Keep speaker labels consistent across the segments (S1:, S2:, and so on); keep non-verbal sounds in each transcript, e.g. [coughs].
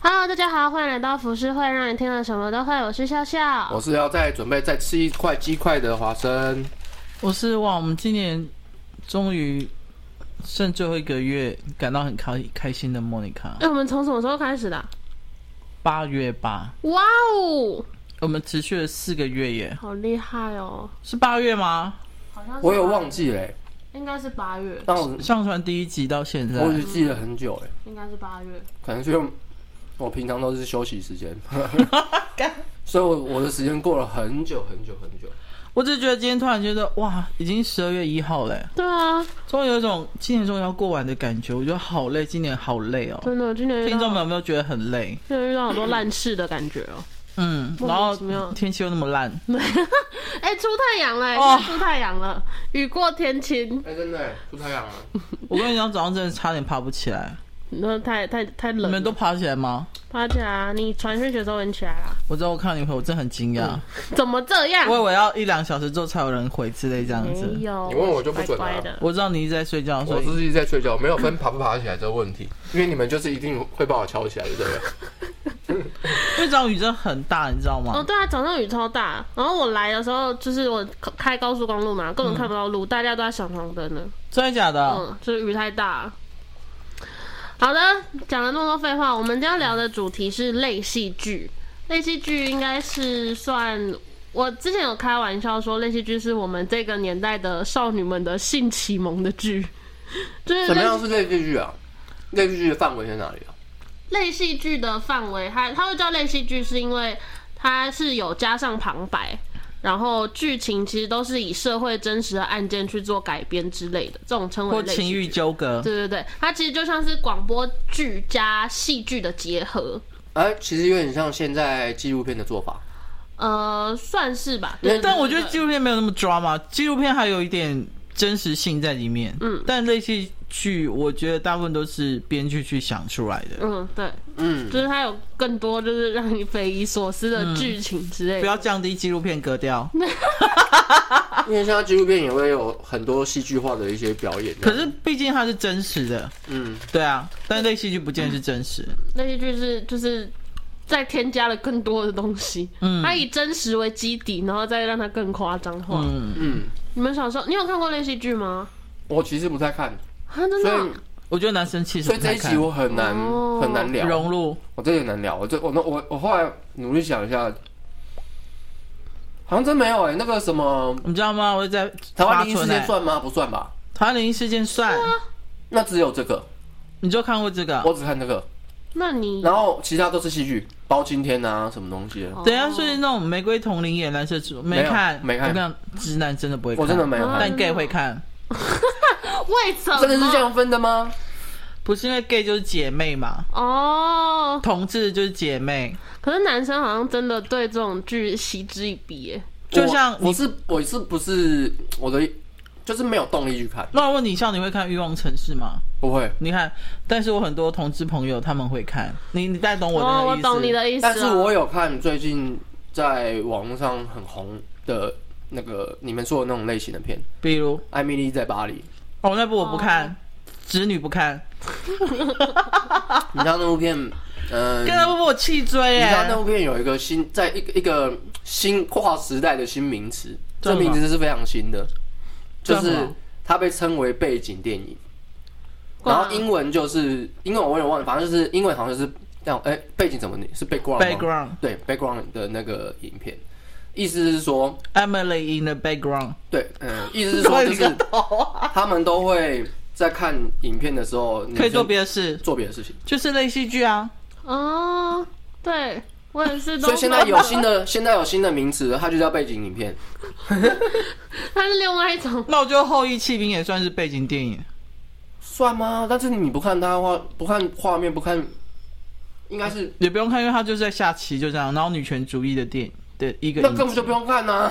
S1: Hello，大家好，欢迎来到浮世会，让你听了什么都会。我是笑笑
S2: 我，是要再准备再吃一块鸡块的华生，
S3: 我是哇，我们今年终于剩最后一个月，感到很开开心的莫妮卡
S1: 哎、。我们从什么时候开始的啊？
S3: 八月八，
S1: 哇哦，
S3: 我们持续了四个月耶，
S1: 好厉害哦！
S3: 是八月吗？
S1: 好像是
S2: 我有忘记嘞、欸，
S1: 应该是八月，
S2: 但我
S3: 上传第一集到现在
S2: 我，只记了很久哎、欸，
S1: 应该是八月。
S2: 可能是用我平常都是休息时间，所以我我的时间过了很久很久很久。
S3: 我只是觉得今天突然觉得哇，已经十二月一号嘞，
S1: 对啊，
S3: 终于有一种今年终于要过完的感觉。我觉得好累，今年好累哦。
S1: 真的，今年遇
S3: 听众
S1: 到
S3: 们有没有觉得很累？
S1: 今年遇到好多烂事的感觉哦。
S3: 嗯，
S1: 莫名
S3: 然后
S1: 其妙
S3: 天气又那么烂，
S1: 哎、出太阳了、
S3: 哦
S1: 现在出太阳了，雨过天晴，
S2: 哎、真的、欸、出太阳了，
S3: 我跟你讲，早上真的差点爬不起来。
S1: 那太太太
S3: 你
S1: 冷了
S3: 们。都爬起来吗？
S1: 爬起来啊，你传讯息的时候你起来啊啦？
S3: 我知道，我看到你回，我真的很惊讶。
S1: 怎么这
S3: [laughs]
S1: 样？
S3: 我以为要一两小时之后才有人回之类这样
S1: 没
S3: 子。
S1: 有，
S2: 你问我就不准啊
S1: 乖乖的。
S3: 我知道你一直在睡觉，所
S2: 我
S3: 以
S2: 自己在睡觉，没有分爬不爬得起来这个问题，因为你们就是一定会把我敲起来的，对不对？
S3: 因为这场雨真的很大，你知道
S1: 哦，
S3: 吗？
S1: 对啊，早上雨超大。然后我来的时候，就是我开高速公路嘛，根本看不到
S2: 嗯
S1: 路，大家都在闪黄灯呢。
S3: 真的假的？
S2: 哦
S1: 嗯，就是雨太大。好的，讲了那么多废话，我们今天要聊的主题是类戏剧。类戏剧应该是算，我之前有开玩笑说，类戏剧是我们这个年代的少女们的性启蒙的剧，就是
S2: 怎么
S1: 类
S2: 样是类剧剧啊？类剧剧的范围在哪里啊？
S1: 类戏剧的范围，它它会叫类戏剧，是因为它是有加上旁白，然后剧情其实都是以社会真实的案件去做改编之类的，这种称为
S3: 或
S1: 类
S3: 情
S1: 戏
S3: 欲
S1: 剧。
S3: 纠葛？
S1: 对对对，它其实就像是广播剧加戏剧的结合，
S2: 哎、其实有点像现在纪录片的做法，
S1: 呃，算是吧。
S2: 因为
S1: 对，
S3: 但我觉得纪
S1: 就
S3: 录片没有那么抓嘛，纪录片还有一点真实性在里面。嗯，但类戏剧，我觉得大部分都是编剧去想出来的。
S1: 嗯，对，
S2: 嗯，
S1: 就是它有更多就是让你匪夷所思
S3: 嗯
S1: 的剧情之类
S3: 不
S1: 的。
S3: 要降低纪录片格调。
S2: 因为现在纪录片也会有很多戏剧化的一些表演。
S3: 可是，毕竟它是真实的，
S2: 嗯，
S3: 对啊。但类戏剧不见得是真实。
S1: 类戏剧是就是再添加了更多的东西，
S3: 嗯
S1: 它以真实为基底，然后再让它更夸张化。
S3: 嗯，
S2: 嗯，
S1: 你们小时候，你有看过类戏剧吗？
S2: 我其实不太看，
S1: 啊，真的
S2: 所
S1: 啊、
S2: 以
S3: 我觉得男生气势
S2: 所
S3: 不
S2: 以这
S3: 太
S2: 一集
S3: 看。
S2: 我很难、
S1: 哦
S2: 很难聊，
S3: 融入
S2: 我真的很难聊。我这我那我我后来努力想一下，好像真没有哎、那个什么
S3: 你知道吗？我在
S2: 台
S3: 发
S2: 湾灵异事
S3: 春欸
S2: 件算吗？不算吧，
S3: 台湾灵异事件算，
S2: 那只有这个，
S3: 你就看过这个？啊
S2: 我只看这个，
S1: 那你
S2: 然后其他都是戏剧，包青天啊什么东西的，
S1: 哦
S3: 等一下是那种玫瑰同林演蓝色植物，
S2: 没有
S3: 看，
S2: 没看
S3: 我跟你讲，直男真的不会看，
S2: 我真的没有
S1: 啊
S2: 看。
S3: 但 gay 会看，
S1: 为什么
S2: 真的是这样分的吗？
S3: 不是因为 gay 就是姐妹嘛，
S1: 哦？
S3: 同志就是姐妹，
S1: 可是男生好像真的对这种剧嗤之以鼻耶。
S3: 就像
S2: 我我
S3: 你。
S2: 是我是不是我的就是没有动力去看，
S3: 那我问你，像你会看《欲望城市》吗？
S2: 不会。
S3: 你看，但是我很多同志朋友他们会看，你你带懂我的那
S1: 哦，
S3: 个
S1: 我
S3: 意思？
S1: 懂你的意思了。
S2: 但是我有看最近在网络上很红的那个你们说的那种类型的片，《
S3: 比如，
S2: 艾米丽在巴黎》。
S3: 哦，那部我不看，直女不看，
S2: 你知道那部片，
S1: [laughs]
S2: 嗯、
S3: 跟那部我气追
S2: 你知道
S3: 哎
S2: 那，部片有一个新，在一个一个新跨时代的新名词，这
S3: 叫什么
S2: 名词是非常新的，就
S3: 叫什
S2: 是
S3: 么
S2: 它被称为背景电影，
S1: 哇
S2: 然后英文就是英文我有点忘了，反正就是英文好像就是那种哎、背景怎么念是 background 吗
S3: Background
S2: 对 background 的那个影片，意思是说
S3: Emily in the background，
S2: 对，嗯，意思是
S3: [laughs]
S2: 说就
S3: 你个
S2: 是他们都会在看影片的时候
S3: 可以做
S2: 别
S3: 别的事，
S2: 做别的事情，
S3: 就是类戏剧啊。
S1: 哦，对我也是都。
S2: 所以现在有
S1: [laughs]
S2: 新的现在有新的名词了，它就叫背景影片。
S1: 它是另外一种，
S3: 那我觉得《后羿弃兵》也算是背景电影，
S2: 算吗？但是你不看它的话，不看画面，不看，应该是
S3: 也不用看，因为它就是在下棋，就这样。然后女权主义的电影的一个
S2: 那
S3: 影集
S2: 根本就不用看呐、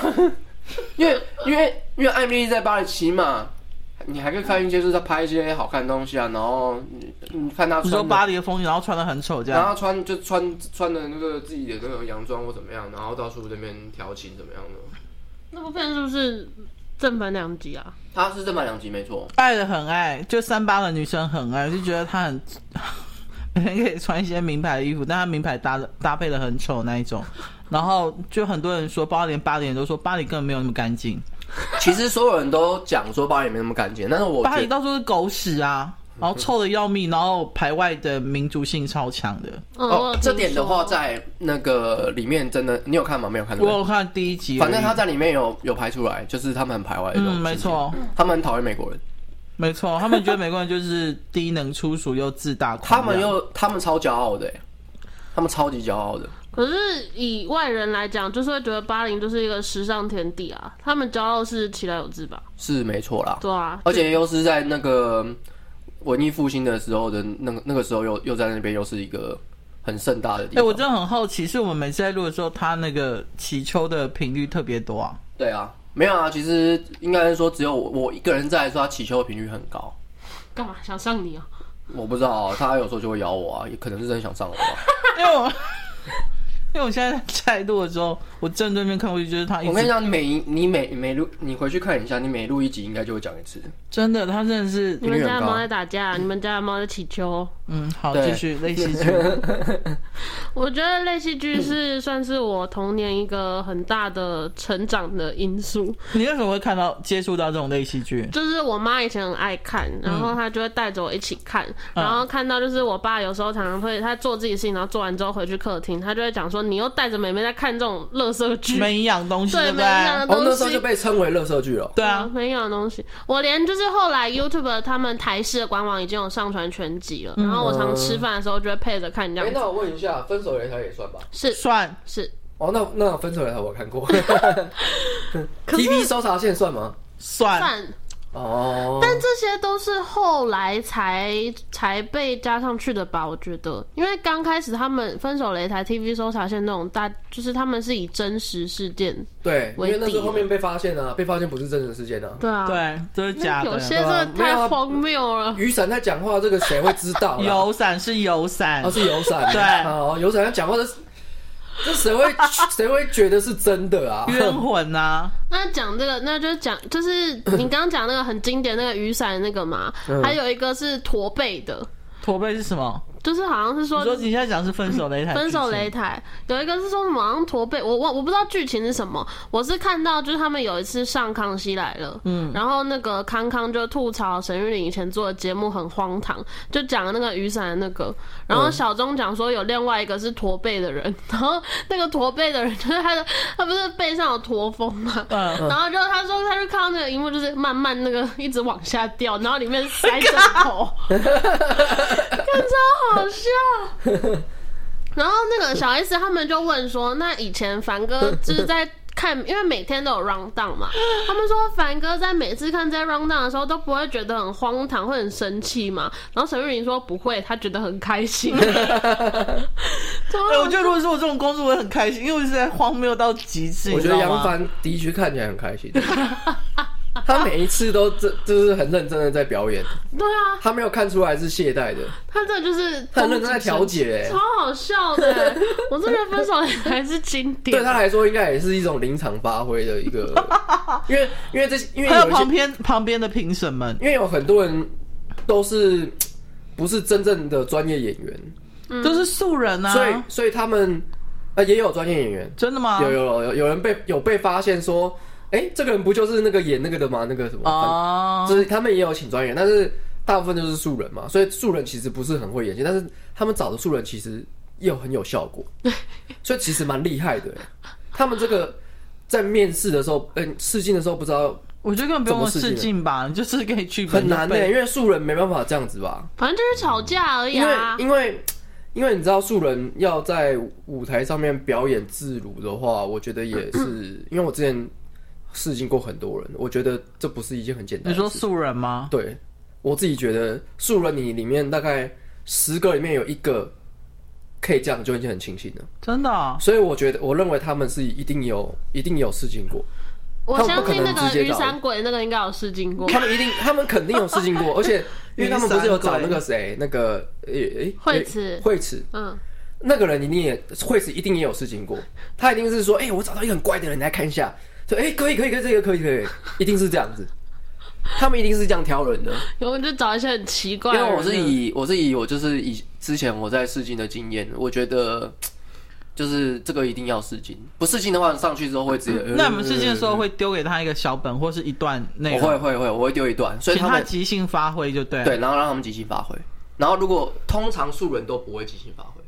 S2: [laughs] 因为因为因为艾米丽在巴黎骑马，你还可以看一些就是她拍一些好看的东西啊，然后你你看她
S3: 你说
S2: 穿的，
S3: 巴黎的风景，然后穿的很丑这
S2: 然
S3: 样。
S2: 后穿就穿穿的那个自己的那个洋装或怎么样，然后到处这边调情怎么样的。
S1: 那部片是不是正反两极啊？
S2: 她是这版两集没错，
S3: [laughs] 爱的很爱，就三八的女生很爱，就觉得她很可能可以穿一些名牌的衣服，但他名牌搭的搭配的很丑那一种。然后就很多人说巴黎，巴黎人都说巴黎根本没有那么干净，
S2: 其实所有人都讲说巴黎没那么干净，但是我
S3: 巴
S2: 觉
S3: 黎
S2: 得
S3: 到处是狗屎啊，然后臭的要命，然后排外的民族性超强的。
S1: 嗯，我有
S2: 哦，
S1: 听
S2: 这点的话
S1: 说
S2: 在那个里面真的，你有看吗？没有看对
S3: 我
S2: 不对
S3: 有看第一集而已，
S2: 反正他在里面有有拍出来，就是他们很排外的。
S3: 嗯，没，错，嗯
S2: 他们很讨厌美国人，
S3: 没错，他们觉得美国人就是低能粗俗又自大
S2: 他
S3: 狂
S2: 们
S3: 妄
S2: 又他们超骄傲的、欸，他们超级骄傲的。
S1: 可是以外人来讲，就是会觉得巴黎就是一个时尚天地啊，他们骄傲是其来有自吧？
S2: 是没错啦，
S1: 对啊，
S2: 而且又是在那个文艺复兴的时候的那个那个时候又又在那边又是一个很盛大的地
S3: 哎、
S2: 方。
S3: 我真的很好奇，是我们每次在录的时候，他那个起秋的频率特别
S1: [laughs]
S3: 多啊？
S2: 对啊，没有啊，其实应该是说只有我我一个人在的时候，他起球的频率很高。
S1: 干嘛想上你啊？
S2: 我不知道啊，他有时候就会咬我啊，也可能是真的想上我吧。
S3: 因为我因为我现在在录的时候，我正对面看过去就是他一
S2: 我 [laughs] 跟你
S3: 直
S2: 讲，你每一你每每录你回去看一下，你每录一集应该就会讲一次。
S3: 真的，他真的是
S1: 你们家的
S2: 啊
S1: 猫在打架，啊你们家的猫在乞求。
S3: 嗯，好，
S2: 对
S3: 继续
S1: [laughs]
S3: 类戏剧，
S1: 我觉得类戏剧是算是我童年一个很大的成长的因素，
S3: 你为什么会看到接触到这种类戏剧？
S1: 就是我妈以前很爱看，然后她就会带着我一起看，然后看到就是我爸有时候常常会他做自己的事情，然后做完之后回去客厅，他就会讲说你又带着妹妹在看这种垃圾剧，
S3: 没营养东西，
S1: 对
S3: 对不
S1: 没营养
S3: 对
S1: 的？
S2: 哦，那时
S1: 东
S2: 候
S1: 西
S2: 就被称为乐色剧了。
S3: 对
S1: 啊
S3: 啊，
S1: 没有的东西。我连就是后来 YouTube 他们台式的官网已经有上传全集了，然后我常吃饭的时候就会配着看这样子。
S2: 哎我问一下，分手擂台也算吧？
S1: 是
S3: 算
S1: 是，
S2: 哦，那那分手擂台我看 [laughs] 过
S1: 可是
S2: ，TV 搜查线算吗？
S3: 算，
S1: 算，
S2: 哦，
S1: 但这些都是后来才才被加上去的吧？我觉得，因为刚开始他们分手擂台、TV 搜查线那种大，就是他们是以真实事件，
S2: 对，因
S1: 为
S2: 为那时
S1: 底
S2: 候后面被发现啊，被发现不是真实事件啊。
S1: 对啊，，
S3: 对，这是假
S1: 有些
S3: 的。
S1: 真的
S2: 没有
S1: 太
S2: 啊
S1: 荒谬了。
S2: 雨伞在讲话，这个谁会知道啊啦？
S3: 油伞是油伞
S2: 哦，，是油伞，
S3: 对
S2: 哦，油伞要讲话的是，这谁会谁会觉得是真的啊？
S3: 冤魂呐，
S1: 那讲这个，那就讲，就是你刚刚讲那个很经典那个雨伞那个嘛，还有一个是驼背的，
S3: 驼背是什么？
S1: 就是好像是
S3: 你
S1: 说
S3: 说你现在讲是分手擂台，
S1: 分手擂台有一个是说什么好像驼背，我我我不知道剧情是什么，我是看到就是他们有一次上《康熙来了》，嗯，然后那个康康就吐槽沈玉琳以前做的节目很荒唐，就讲了那个雨伞的那个，然后小钟讲说有另外一个是驼背的人， [laughs] 然后那个驼背的人就是他的他不是背上有驼峰嘛，
S3: 嗯
S1: 然后就他说他就看到那个荧幕就是慢慢那个一直往下掉，然后里面塞枕头，看超好笑。然后那
S2: [laughs]
S1: 个小 S 他们就问说，那以前凡哥就是在看，因为每天都有 round down 嘛，他们说凡哥在每次看这些 round down 的时候都不会觉得很荒唐，会很生气嘛？然后沈玉琳说不会，她觉得很开
S2: [laughs]
S1: 心。啊超好
S3: 哎、我觉得如果是我这种工作，我会很开心，因为我是在荒谬到极致。
S2: 我觉得
S3: 你知道吗
S2: 杨帆的确看起来很开心，他每一次都这就是很认真的在表演，
S1: 对啊，
S2: 他没有看出来是懈怠的，
S1: 他这就是
S2: 他很认真在调解、欸
S1: 超好笑的欸、我真的分手也还是经典。
S2: 对他来说，应该也是一种临场发挥的一个，因为因为这因为
S3: 还有
S2: 有一些
S3: 旁边旁边的评审们，
S2: 因为有很多人都是不是真正的专业演员，
S1: 嗯
S3: 都是素人啊，
S2: 所以所以他们呃也有专业演员，
S3: 真的吗？
S2: 有有有有有人被有被发现说，哎、这个人不就是那个演那个的吗？那个什么，
S3: 哦
S2: 反，就是他们也有请专业，但是大部分就是素人嘛，所以素人其实不是很会演戏，但是他们找的素人其实又很有效果，所以其实蛮厉害的。他们这个在面试的时候，嗯、试镜的时候不知道
S3: 我觉得根本不
S2: 怎
S3: 用
S2: 么
S3: 试
S2: 试镜
S3: 镜吧，你就是可以剧本
S2: 很难
S3: 就
S2: 的、
S3: 背
S2: 因为素人没办法这样子吧，
S1: 反正就是吵架而已
S2: 因为
S1: 啊。
S2: 因为。因为你知道素人要在舞台上面表演自如的话，我觉得也
S1: [clears throat]
S2: 是，因为我之前试镜过很多人，我觉得这不是一件很简单
S3: 你
S2: 的事。
S3: 说素人吗？
S2: 对我自己觉得素人你里面大概十个里面有一个可以这样就已经很庆幸了，
S3: 真的啊、
S2: 所以我觉得我认为他们是一定有一定有
S1: [laughs]
S2: 试镜过，
S1: 我
S2: 他们
S1: 相
S2: 不可
S1: 信那
S2: 能直
S1: 个
S2: 接
S1: 雨
S2: 找
S1: 伞鬼那个应该有试镜过，
S2: 他们一定他们肯定有试镜过，而且因为他们不是有找那个谁那个诶诶
S1: 惠慈
S2: 惠慈
S1: 嗯，
S2: 那个人一定也惠慈一定也有试镜
S3: [laughs]
S2: 过，他一定是说 [laughs] 哎、我找到一个很怪的人来看一下，说哎、可以可以可以这个可以可以，一定是这样子。他们一定是这样挑人的。
S1: 然后就找一些很奇怪
S2: 因
S1: 的
S3: 啊
S2: 为
S1: 人。
S2: 我是以我是以我就是以之前我在试镜的经验，我觉得就是这个一定要试镜，不试镜的话上去之后会直接。
S3: 嗯那我们试镜的时候会丢给他一个小本或是一段
S2: 呃
S3: 内
S2: 我会
S3: 容，
S2: 会会，我会丢一段，所以
S3: 请
S2: 他
S3: 他
S2: 们
S3: 即兴发挥就对了。
S2: 对，然后让他们即兴发挥。然后如果通常素人都不会即兴发挥，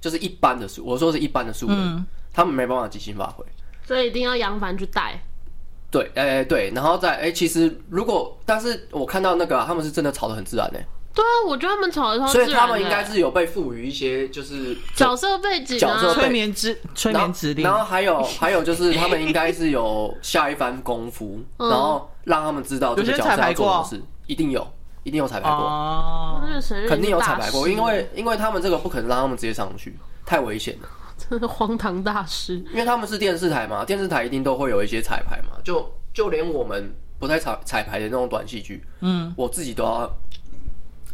S2: 就是一般的素，我说是一般的素人，
S3: 嗯
S2: 他们没办法即兴发挥。
S1: 所以一定要杨凡去带。
S2: 对，哎、对，然后再哎、其实如果，但是我看到那个啊、他们是真的吵得很自然呢、
S1: 对啊，我觉得他们吵
S3: 哦
S1: 得超自然
S2: 所以
S1: 的
S2: 他们应该是有被赋予一些就是
S1: 角色背景
S2: 角色
S1: 啊，
S3: 催眠之催
S2: 然
S3: 眠
S2: 后
S3: 指令
S2: 然，后还
S3: [laughs]
S2: 有还有就是他们应该是有下一番功夫，
S1: 嗯
S2: 然后让他们知道这个
S3: 有些
S2: 角色
S3: 彩排
S2: 要做什么
S3: 过
S2: 事，一定有，一定有彩排过。
S3: 哦，
S1: 那个神人
S2: 肯定
S1: 是
S2: 有
S1: 大
S2: 彩排过，
S1: 师
S2: 因为因为他们这个不可能让他们直接上去，太危险了。
S1: 真的 [laughs] 荒唐大师。
S2: 因为他们是电视台嘛，电视台一定都会有一些彩排嘛，就就连我们不太彩彩排的那种短戏剧，
S3: 嗯，
S2: 我自己都要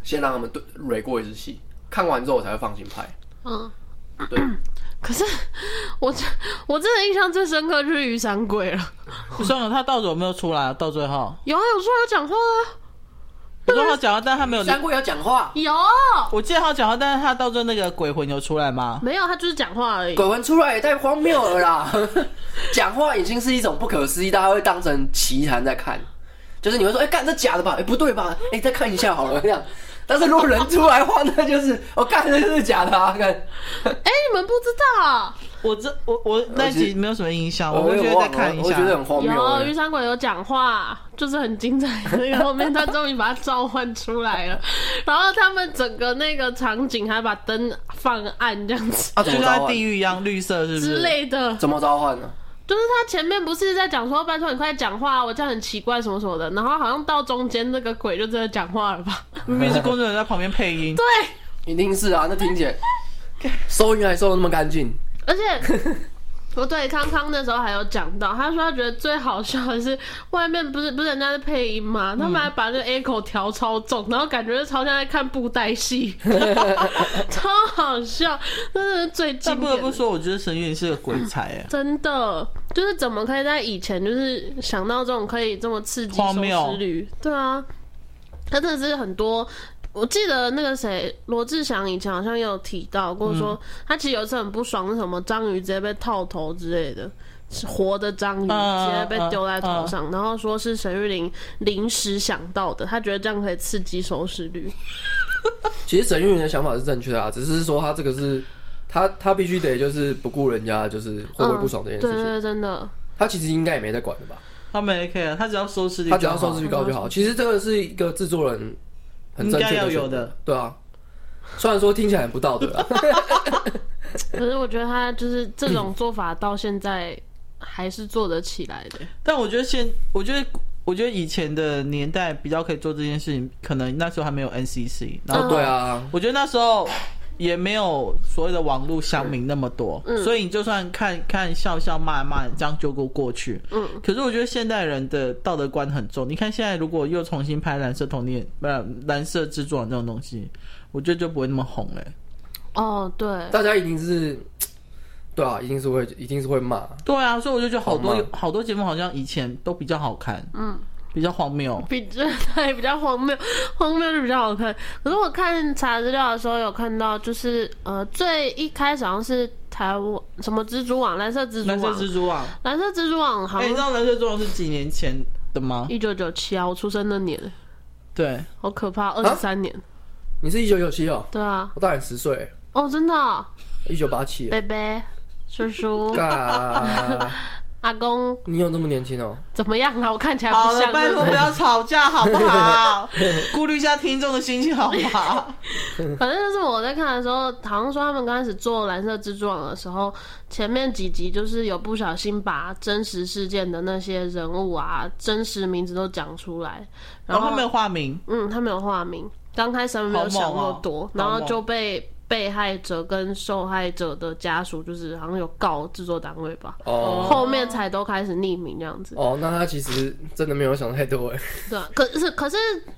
S2: 先让他们对蕊过一次戏，看完之后我才会放心拍。
S1: 嗯，
S2: 对，
S1: 可是我真我真的印象最深刻就是雨伞鬼了。
S3: 算了，他到时候有没有出来？到最后，
S1: 有啊，有出来讲话啊，
S3: 我说他讲啊话，但他没有。
S2: 三桂要讲话，
S1: 有
S3: 我记得他讲话，但是他到最后那个鬼魂有出来吗？
S1: 没有？他就是讲话而已。
S2: 鬼魂出来也太荒谬了啦！ [laughs] 讲话已经是一种不可思议，大家会当成奇谈在看，就是你会说，哎、干这假的吧？哎、不对吧？哎、再看一下好了这样。但是如果人出来的话，那就是我干、这就是假的啊！干，
S1: 哎，你们不知道啊？
S3: 我这我我那集没有什么印象，我
S2: 我
S3: 回去
S2: 也
S3: 再
S2: 忘了
S3: 看一
S2: 我
S3: 下
S2: 觉。得很荒谬、
S1: 有
S2: 哎
S1: 雨伞鬼有讲话，就是很精彩的。然后后面他终于把他召唤出来了，然后他们整个那个场景还把灯放暗这样子
S2: 啊，
S3: 就
S2: 怎么
S3: 像
S2: 召
S3: 在
S2: 唤
S3: 地？狱一样，绿色是不
S1: 之
S3: 是？
S1: 类的。
S2: 怎么召唤呢？
S1: 就是他前面不是在讲说，拜托你快讲话，我这样很奇怪什么什么的，然后好像到中间那个鬼就真的讲话了吧？
S3: 明明是工作人员在旁边配音，
S1: 对，
S2: 一定是啊，那婷 [laughs] 姐收音还收的那么干净，
S1: 而且 [laughs] 不对，康康那时候还有讲到，他说他觉得最好笑的是外面不是不是人家在配音吗？他们还把那个 echo 调超重，然后感觉就超像在看布袋戏，超好笑，那是最
S3: 但
S1: 经
S3: 不
S1: 典
S3: 得
S1: 的
S3: 不说，我觉得沈月是个鬼才哎。
S1: 真的，就是怎么可以在以前就是想到这种可以这么刺激
S3: 荒
S1: 收
S3: 谬
S1: 视率？对啊，他真的是很多。我记得那个谁罗志祥以前好像也有提到过说
S3: 嗯
S1: 他其实有一次很不爽，是什么章鱼直接被套头之类的，是活的章鱼
S3: 嗯
S1: 直接被丢在头上，然后说是沈玉琳临时想到的，他觉得这样可以刺激收视率。
S2: 其实沈玉云的想法是正确的啊，只是说他这个是他他必须得就是不顾人家就是会不会不爽这
S1: 嗯
S2: 件事
S1: 对
S2: 情，
S1: 对，对真的，
S2: 他其实应该也没在管的吧？
S3: 他没 care，他只啊要收视率
S2: 他
S3: 就好，
S2: 只要收视率高就好。其实这个是一个制作人很正确
S3: 应该要
S2: 的
S3: 有
S2: 选择
S3: 的，
S2: 对啊。虽然说听起来很不道德啊，
S1: 可是我觉得他就是这种做法到现在还是做得起来的。
S3: 但我觉得现，我觉得。我觉得以前的年代比较可以做这件事情，可能那时候还没有 NCC，然
S1: 嗯
S3: 后
S2: 对啊，
S3: 我觉得那时候也没有所谓的网络乡民那么多，
S1: 嗯
S3: 所以你就算看看笑笑骂骂，这样就过过去。
S1: 嗯，
S3: 可是我觉得现代人的道德观很重，你看现在如果又重新拍蓝色童年，不、是蓝色制作人这种东西，我觉得就不会那么红了、
S1: 哦，对，
S2: 大家一定是，对啊，一定是会一定是会骂，
S3: 对啊，所以我就觉得好多
S2: 好吗
S3: 好多节目好像以前都比较好看，
S1: 嗯，
S3: 比较荒谬。
S1: 比这台比较荒谬， [laughs] 荒谬就比较好看。可是我看查资料的时候有看到，就是呃，最一开始好像是台湾什么蜘蛛网，蓝色蜘
S3: 蓝
S1: 蛛
S3: 色
S1: 网，
S3: 蜘蛛网，
S1: 蓝色蜘蛛网好
S3: 哎、你知
S1: 像
S3: 道蓝色蜘蛛网是几年前的吗？
S1: 一九九七啊，我出生那年，
S3: 对，
S1: 好可怕，二十三年，
S2: 你是一九九七哦，
S1: 对啊，
S2: 我大你十岁，
S1: 哦，真的哦，
S2: 一九八七，哦
S1: 贝贝。叔叔、
S2: 干，
S1: 阿公
S2: 你有那么年轻哦？
S1: 怎么样啊？我看起来
S3: 好
S1: 不
S3: 了，
S1: 像。
S3: 拜托不要吵架好不好？顾虑一下听众的心情好不好？
S1: [laughs] 反正就是我在看的时候，好像说他们刚开始做蓝色蜘蛛网的时候，前面几集就是有不小心把真实事件的那些人物啊、真实名字都讲出来，然
S3: 然后
S1: 后
S3: 哦他没有化名，
S1: 嗯，他没有化名，刚开始他们没有想那
S3: 好猛
S1: 么
S3: 哦
S1: 多，
S3: 好
S1: 然后
S3: 猛
S1: 就被被害者跟受害者的家属就是好像有告制作单位吧，
S2: 哦
S1: 后面才都开始匿名这样子。
S2: 哦，那他其实真的没有想太多哎。
S1: 对啊，可是可是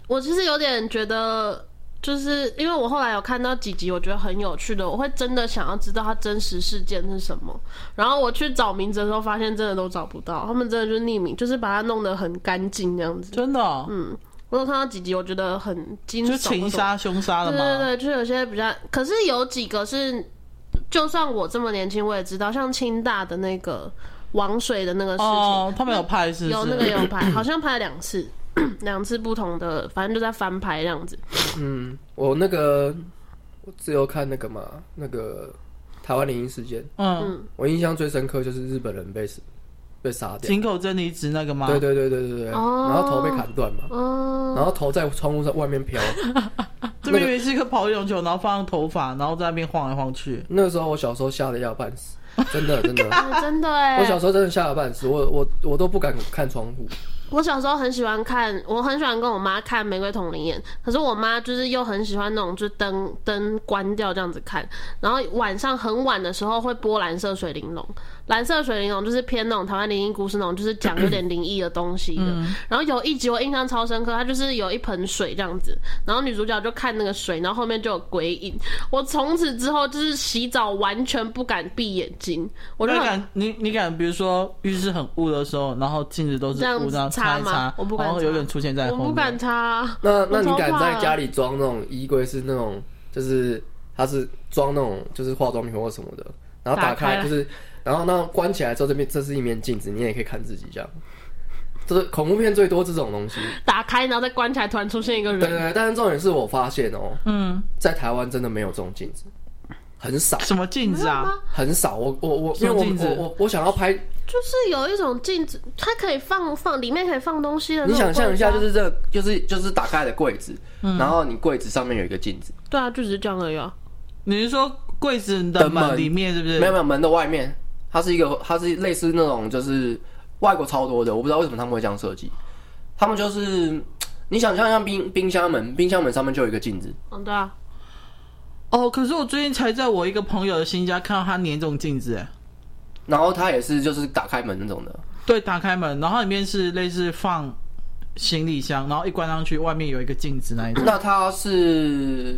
S1: 我其实有点觉得就是因为我后来有看到几集，我觉得很有趣的，我会真的想要知道它真实事件是什么。然后我去找名字的时候，发现真的都找不到，他们真的就是匿名，就是把它弄得很干净那样子。
S3: 真的、哦，
S1: 我有看到几集，我觉得很惊悚
S3: 就
S1: 或什么，
S3: 情杀、凶杀了
S1: 嗯对
S3: 吗？
S1: 对对，就是有些比较，可是有几个是，就算我这么年轻，我也知道，像清大的那个王水的那个事情，
S3: 哦，他们有拍是不是？
S1: 有那个有
S3: [clears throat]
S1: 拍，好像拍了两次， [clears throat] 两次不同的，反正就在翻拍这样子。
S2: 嗯，我那个我只有看那个嘛，那个台湾灵异事件，
S3: 嗯，
S2: 我印象最深刻就是日本人被死被杀掉，
S3: 井口真理子那个吗？
S2: 对对对对对对，
S1: 哦
S2: 然后头被砍断嘛，
S1: 哦，
S2: 然后头在窗户在外面飘。
S3: 这明明是一个保龄球，然后放头发，然后在那边晃来晃去。
S2: 那个时候我小时候吓得要半死，真的真的，
S1: [laughs] 哎真的哎，
S2: 我小时候真的吓得半死，我我我都不敢看窗户。
S1: 我小时候很喜欢看，我很喜欢跟我妈看《玫瑰同林演》，可是我妈就是又很喜欢那种就灯灯关掉这样子看，然后晚上很晚的时候会播《蓝色水玲珑》，《蓝色水玲珑》就是偏那种台湾灵异故事那种，就是讲有点灵异的东西的。
S3: 嗯
S1: 然后有一集我印象超深刻，它就是有一盆水这样子，然后女主角就看那个水，然后后面就有鬼影。我从此之后就是洗澡完全不敢闭眼睛，我
S3: 我
S1: 就
S3: 就
S1: 很
S3: 敢你你敢，比如说浴室很雾的时候，然后镜子都是
S1: 这样
S3: 雾，
S1: 子
S3: 然后擦一
S1: 擦吗我不敢
S3: 然后
S1: 擦
S3: 有点出现在
S1: 我
S3: 后
S1: 不敢
S3: 面。
S1: 擦啊。
S2: 那
S1: 我
S2: 那你
S1: 超
S2: 敢
S1: 怕
S2: 在
S1: 的
S2: 家里装那种衣柜是那种就是它是装那种就是化妆品或什么的，然后打
S3: 打开
S2: 开就是然后那关起来之后这边这是一面镜子，你也可以看自己这样。就是恐怖片最多这种东西，
S1: 打开，然后再关起来，突然出现一个人，
S2: 对啊对对。但是重点是我发现哦、
S3: 嗯，
S2: 在台湾真的没有这种镜子，很少
S3: 什么镜子啊？
S2: 很少。我我我，
S3: 什
S2: 因为
S3: 么
S2: 我
S3: 镜子
S2: 我我我想要拍
S1: 就是有一种镜子，它可以放放里面可以放东西的那
S2: 你
S1: 种柜子啊。嗯
S2: 想象一下，就是这，就是就是打开的柜子，然后你柜子上面有一个镜子，
S1: 对啊，就只是这样而已啊。
S3: 你是说柜子的
S2: 的门
S3: 门里面是不是？
S2: 没有没有门的外面，它是一个，它是类似那种就是外国超多的，我不知道为什么他们会这样设计，他们就是你想象一下冰冰箱门，冰箱门上面就有一个镜子，
S1: 嗯，对啊，
S3: 哦，可是我最近才在我一个朋友的新家看到他粘这种镜子，哎，
S2: 然后它也是就是打开门那种的，
S3: 对，打开门，然后里面是类似放行李箱，然后一关上去，外面有一个镜子那一种，
S2: 那它是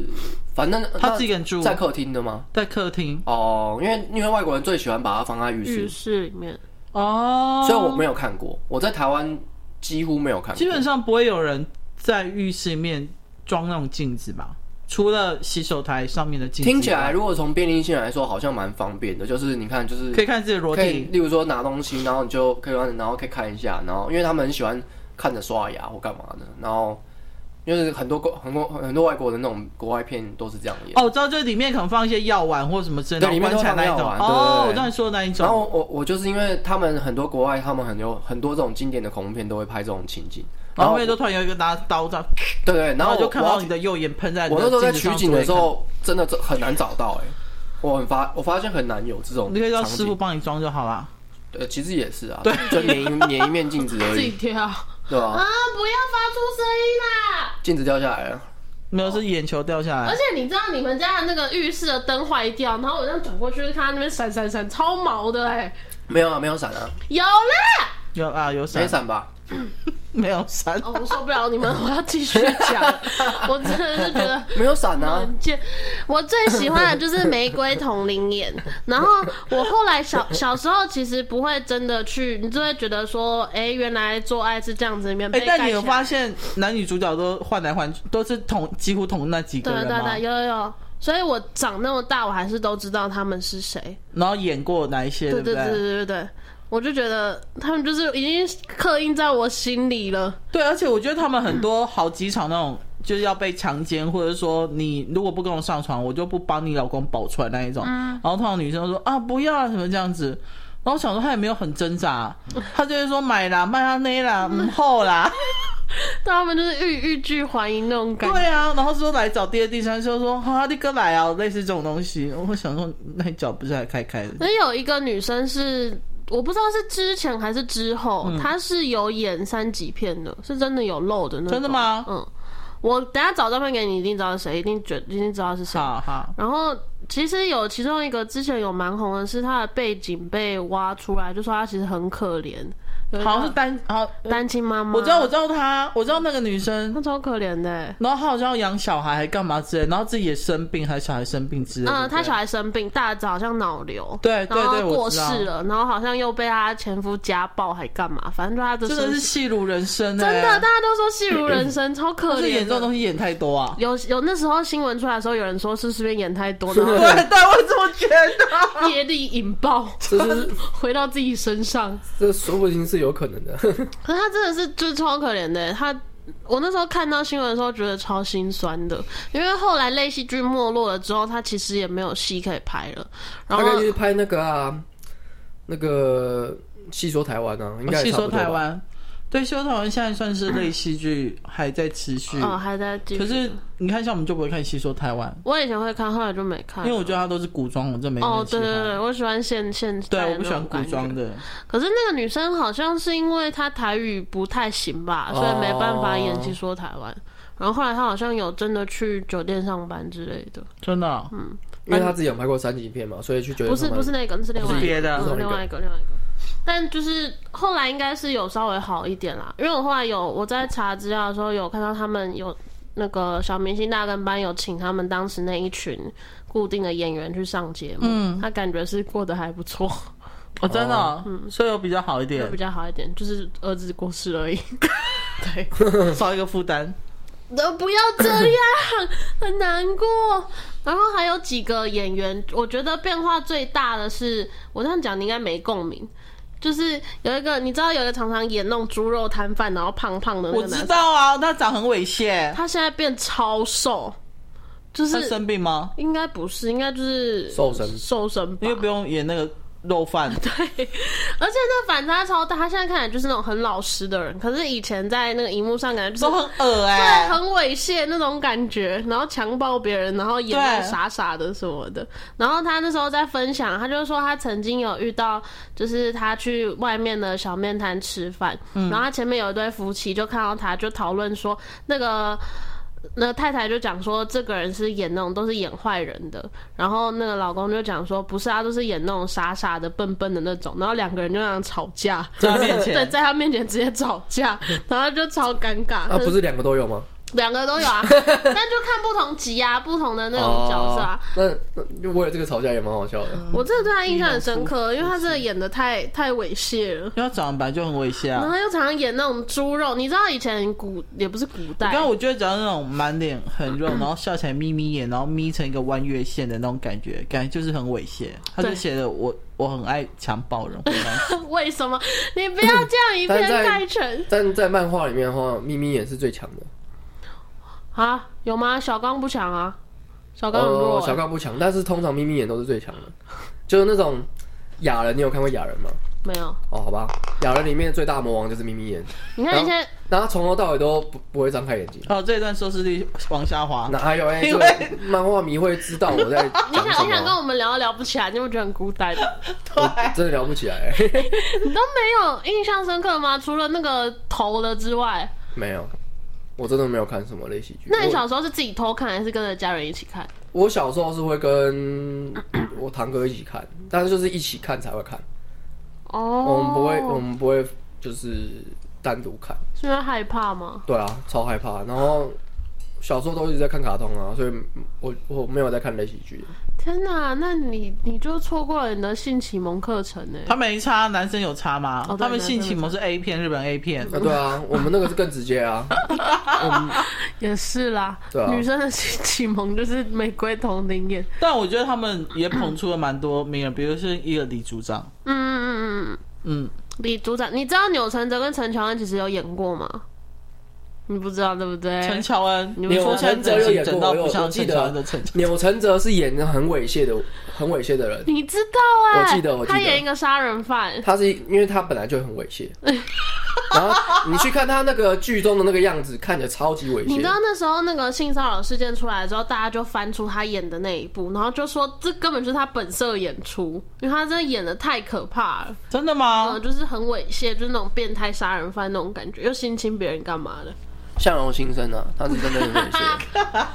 S2: 反正那
S3: 他自己一个人住
S2: 在客厅的吗？
S3: 在客厅
S2: 哦，因为因为外国人最喜欢把它放在浴
S1: 浴
S2: 室，
S1: 室里面，
S3: 哦，
S2: 所以我没有看过，我在台湾几乎没有看过，
S3: 基本上不会有人在浴室里面装那种镜子吧？除了洗手台上面的镜子以外，
S2: 听起来，如果从便利性来说，好像蛮方便的。就是你看，就是
S3: 可以看自己的裸
S2: 可以，
S3: 体。
S2: 例如说拿东西，然后你就可以让你，然后可以看一下，然后因为他们很喜欢看着刷牙或干嘛的，然后就是很多国很多很多外国的那种国外片都是这样演。
S3: 哦，我知道，就里面可能放一些药丸或什么之类的，
S2: 对里面都
S3: 棺材
S2: 放
S3: 那一
S2: 药
S3: 种。
S2: 丸
S3: 哦，
S2: 对
S3: 我刚才说的那一
S2: 然
S3: 种。
S2: 后我我就是因为他们很多国外，他们很有很多这种经典的恐怖片都会拍这种情景，然
S3: 然后
S2: 后
S3: 后面就突然有一个拿刀这样，
S2: 对对，然后
S3: 后
S2: 我
S3: 就看到
S2: 我要
S3: 你的右眼喷在你
S2: 我
S3: 的
S2: 那时候在
S3: 镜子
S2: 取
S3: 上
S2: 景的时，候，真的这很难找到哎、我很发我发现很难有这
S3: 所以
S2: 种
S3: 你可以
S2: 场
S3: 叫师傅
S2: 景，
S3: 帮你装就好啦。
S2: 呃，其实也是啊，对，就粘一粘一面镜
S3: [laughs]
S2: 子而
S1: 自己
S2: 已，
S1: 贴 [laughs] 啊。
S2: 对吧、
S1: 啊，不要发出声音啊啦！
S2: 镜子掉下来了，
S3: 没有，是眼球掉下
S1: 而
S3: 来。
S1: 且你知道你们家的那个浴室的灯坏掉，然后我这样转过去看它那边闪闪闪，超毛的哎、
S2: 没有啊，没有闪啊，
S1: 有啦！
S3: 有啊，有闪
S2: 没，闪吧？
S3: 没有闪。
S1: 哦，我受不了你们，我要继续 [laughs] 讲，我真的是觉得。
S2: 没有闪啊，
S1: 很贱。我最喜欢的就是玫瑰同龄
S3: [laughs]
S1: 眼。然后我后来小小时候其实不会真的去，你就会觉得说，哎、原来做爱是这样子，里面
S3: 哎
S1: 被，盖起
S3: 但
S1: 来。
S3: 你有发现男女主角都换来换去，都是同几乎同那几个
S1: 对
S3: 人
S1: 对啊
S3: 吗？
S1: 对，有有有。所以我长那么大，我还是都知道他们是谁。
S3: 然后演过哪一些，
S1: 对
S3: 不
S1: 对对对对对，我就觉得他们就是已经刻印在我心里了。
S3: 对，而且我觉得他们很多好几场那种就是要被强奸，或者说你如果不跟我上床，我就不帮你老公保出来那一种。
S1: 嗯
S3: 然后通常女生都说啊不要啊什么这样子，然后我想说她也没有很挣扎，她就会说买啦卖啦
S1: [laughs]
S3: 那啦嗯后啦，
S1: 对他们就是欲欲拒还迎那种感觉。
S3: 对啊，然后说来找第二第三就说哈你哥来啊，类似这种东西，我想说那你脚不是还开开的，
S1: 那有一个女生是我不知道是之前还是之后，
S3: 嗯
S1: 她是有演三级片的，是真的有露的那种
S3: 真的吗
S1: 嗯，我等一下找照片给你，一定知道是谁，一定觉一定知道是谁。
S3: 好好
S1: 然后其实有其中一个之前有蛮红的，是她的背景被挖出来，就说她其实很可怜，有一个
S3: 好像是单，好，
S1: 单亲妈妈，
S3: 我知道，我知道她，我知道那个女生
S1: 她，超可怜的欸。
S3: 然后她好像要养小孩还干嘛之类，然后自己也生病，还小孩生病之类的。
S1: 嗯，她小
S3: 孩
S1: 孩生病，大儿子好像脑瘤，
S3: 对对
S1: 然
S3: 对
S1: 后
S3: 我
S1: 过
S3: 知
S1: 世
S3: 道
S1: 了，然后好像又被她前夫家暴，还干嘛？反正就她的
S3: 真的是戏如人生、欸，
S1: 真的，大家都说戏如人 [clears throat] 生，超可
S3: 但是
S1: 怜
S3: 演这种
S1: 的。。
S3: 东西演太多啊
S1: 有有那时候新闻出来的时候，有人说是不是演太多，
S3: 对
S1: 然
S3: 对，我这么觉得。
S1: 后业力引爆， [laughs]
S2: 这是
S1: 回到自己身上。
S2: 这说不定是有可
S1: [laughs]
S2: 能的。
S1: 可是他真的是就是超可怜的，他我那时候看到新闻的时候觉得超心酸的，因为后来类戏剧没落了之后，他其实也没有戏可以拍了，然
S2: 大
S1: 后
S2: 概就是拍那个啊，那个戏说台湾
S1: 哦
S2: 啊，应该也
S3: 戏
S2: 差不
S3: 说
S2: 多吧
S3: 台湾，对，戏说台湾现在算是类戏剧还在持续。
S1: 哦还在继续。
S3: 可是你看，像我们就不会看戏说台湾，
S1: 我以前会看，后来就没看，
S3: 因为我觉得它都是古装，我真没
S1: 哦
S3: 那么喜
S1: 对
S3: 欢
S1: 对对，我喜欢现现代
S3: 对，
S1: 的
S3: 我不喜
S1: 那
S3: 欢
S1: 种
S3: 古
S1: 感觉
S3: 装的。
S1: 可是那个女生好像是因为她台语不太行吧，
S2: 哦
S1: 所以没办法演戏说台湾。然后后来她好像有真的去酒店上班之类的，
S3: 真的哦、
S1: 嗯
S2: 因为他自己有拍过三级片嘛，所以去酒店
S1: 不是
S2: 上班
S1: 嗯不是那个，那是另外一
S3: 不是
S1: 个，
S3: 别的
S1: 嗯
S2: 不是那个
S1: 另外一个另外一个。但就是后来应该是有稍微好一点啦，因为我后来有我在查资料的时候有看到他们有那个小明星大跟班有请他们当时那一群固定的演员去上节目，嗯，他感觉是过得还不错，
S3: 哦，真的哦、所以有比较好一点
S1: 就嗯比，较好一点，就是儿子过世而已。对，
S3: 少一个负担。
S1: 都不要这样，很难过。然后还有几个演员，我觉得变化最大的是，我这样讲你应该没共鸣。就是有一个，你知道有一个常常演那种猪肉摊贩，然后胖胖的那
S3: 我
S1: 个
S3: 知
S1: 男生，
S3: 道啊，他长很猥亵，
S1: 他现在变超瘦，就
S3: 他
S1: 是
S3: 生病吗？
S1: 应该不是，应该就是
S2: 瘦身
S1: 瘦身吧
S3: 因为。不用演那个肉贩，
S1: 而且那反差超大，他现在看起来就是那种很老实的人，可是以前在那个荧幕上感觉就
S3: 都
S1: 是
S3: 很恶
S1: 对，
S3: 哎、
S1: 很猥亵那种感觉，然后强暴别人，然后演那种
S3: 对
S1: 傻傻的什么的。然后他那时候在分享，他就说他曾经有遇到，就是他去外面的小面摊吃饭，然后他前面有一对夫妻就看到他，就讨论说那个。那太太就讲说，这个人是演那种都是演坏人的，然后那个老公就讲说，不是啊，都是演那种傻傻的、笨笨的那种，然后两个人就那样吵架，
S3: 在他面
S1: 对，
S3: 前，
S1: 在他面前直接吵架，然后就超尴尬。
S2: 啊，不是两个都有吗？
S1: 两个都有
S2: [laughs]
S1: 啊，但就看不同集啊，不同的那种角色啊。嗯
S2: 哦那那为了这个吵架也蛮好笑的。
S1: 我真的对他印象很深
S2: 嗯
S1: 刻，因为他真的演的太太猥亵了。
S3: 因为他长得本来就很猥亵啊。
S1: 然后又常常演那种猪肉，你知道以前古也不是古代，
S3: 刚刚我觉得只要那种满脸很肉，然后笑起来眯眯眼，然后眯成一个弯月线的那种感觉，感觉就是很猥亵。他就
S1: 对
S3: 写的我我很爱强暴人，
S1: [laughs] 为什么你不要这样以偏概全
S2: 但在漫画里面的话，咪咪也是最强的。
S1: 啊？有吗？小刚不强啊，小刚很弱
S2: 哦，
S1: 欸、
S2: 小刚不强，但是通常咪咪眼都是最强的，就是那种雅人，你有看过雅人吗？
S1: 没有。
S2: 哦，好吧，雅人里面最大魔王就是咪咪眼，
S1: 你看一些
S2: 然后从头到尾都不不会张开眼睛。
S3: 哦，这一段收视率往下滑。
S2: 哪还有哎、欸？
S3: 因
S2: 这
S3: 为
S2: 个漫画迷会知道我在
S1: 啊 [laughs] 你
S2: 讲什
S1: 想你想跟
S2: 么，
S1: 我们聊聊不起啊来，你会觉得很孤单。
S2: 我真的聊不起来、 [laughs] 欸。
S1: 你都没有印象深刻吗？除了那个头的之外，
S2: 没有，我真的没有看什么类喜剧。
S1: 那你小时候是自己偷看，还是跟着家人一起看？
S2: 我我小时候是会跟 [clears throat] 我堂哥一起看，但是就是一起看才会看，
S1: 哦，
S2: 我们不会，我们不会就是单独看。
S1: 是因为害怕吗？
S2: 对啊，超害怕。然后小时候都一直在看卡通啊，所以我我没有在看类喜剧。
S1: 天哪，那你你就错过了你的性启蒙课程呢、
S3: 他没差，男生有差吗？
S1: 哦对
S3: 他们性启蒙是 A 片，日本 A 片。
S2: 啊，对啊，我们那个是更直接
S1: [laughs]
S2: 啊。
S1: 也是啦，
S2: 对啊
S1: 女生的性启蒙就是玫瑰同龄眼。
S3: 但我觉得他们也捧出了蛮多名人，比如是一个李组长，
S1: 嗯嗯嗯嗯，
S3: 嗯，
S1: 李组长，你知道钮承泽跟陈乔恩其实有演过吗？你不知道对不对？
S2: 哎
S3: 陈乔恩，哎
S1: 你
S3: 你
S1: 们
S3: 们
S1: 说
S3: 说
S2: 陈
S3: 陈
S2: 哲
S3: 整
S2: 有演过
S3: 形整到
S2: 我有
S3: 不
S2: 我
S3: 像
S2: 记
S3: 陈
S2: 得
S3: 乔恩的陈乔恩，
S2: 钮承泽是演很猥亵的、很猥亵的人，
S1: 你知道哎、
S2: 我记得我记得
S1: 他演一个杀人犯，
S2: 他是因为他本来就很猥
S1: [laughs]
S2: 亵，然后你去看他那个剧中的那个样子，看起来超级猥
S1: 你知道
S2: 亵。
S1: 那时候那个性骚扰事件出来之后，大家就翻出他演的那一部，然后就说这根本就是他本色演出，因为他真的演的太可怕了。
S3: 真的
S1: 嗯，
S2: 哦
S3: 吗？
S1: 就是很猥亵，就是那种变态杀人犯那种感觉，又性侵别人干嘛的？ [laughs]
S2: 向荣新生啊，他是真的很猥亵。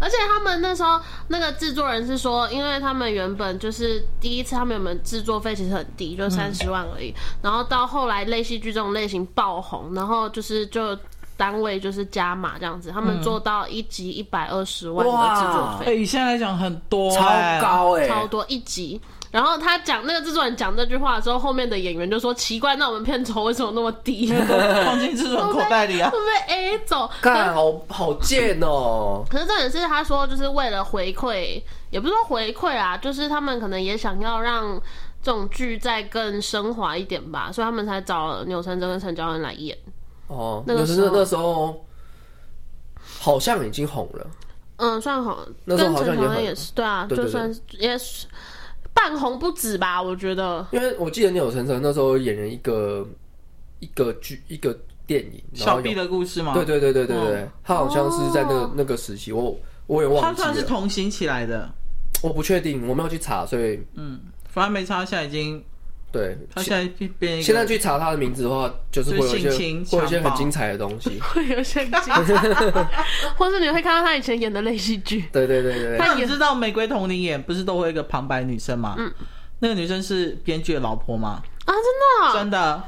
S1: 而且他们那时候那个制作人是说，因为他们原本就是第一次，他们原本制作费其实很低，就三十万而已。然后到后来类戏剧这种类型爆红，然后就是就单位就是加码这样子，他们做到一集一百二十万的制作
S2: 哇
S1: 费
S3: 哎、。以现在来讲很多、
S2: 超
S3: 哎，
S2: 高哎、
S1: 超多一集。然后他讲那个制作人讲这句话之后，后面的演员就说：“奇怪，那我们片酬为什么那么低？
S3: 放进这 [laughs] 种口袋里啊
S2: 哦
S1: 会。被 A 走？”
S2: 干好好贱哦、
S1: 可是重点是，他说就是为了回馈，也不是说回馈啊，就是他们可能也想要让这种剧再更升华一点吧，所以他们才找了钮承泽跟陈乔恩来演。
S2: 哦，
S1: 那个
S2: 有时候
S1: 时候
S2: 那时候好像已经红了，
S1: 嗯，算好，
S2: 那
S1: 跟
S2: 时候好像
S1: 陈乔
S2: 也
S1: 恩
S2: 很
S1: 也是，对啊，
S2: 对对
S1: 就算是也是半红不止吧，我觉得。
S2: 因为我记得钮承泽那时候演了一个一个剧一个电影，然
S3: 小
S2: 后有
S3: 毕的故事吗？
S2: 对对对对对对，
S3: 嗯
S2: 他好像是在那个、
S1: 哦
S2: 那个时期，我我也
S3: 他
S2: 忘记
S3: 算是
S2: 了，
S3: 同行起来的，
S2: 我不确定，我没有去查，所以
S3: 反正没差，他现在已经
S2: 对。
S3: 他现在变变一个
S2: 现在去查他的名字的话，就是会有一些
S3: 就性
S2: 会
S3: 侵
S2: 有一些
S3: 强
S2: 很
S3: 暴
S2: 精彩的东西。
S1: 会有陷阱， [laughs] 或是你会看到他以前演的类戏剧，
S2: 对对对对对，
S1: 他
S3: 那你知道《玫瑰童林》演不是都会有一个旁白女生吗？嗯，那个女生是编剧的老婆吗？
S1: 啊，真的哦、
S3: 真的，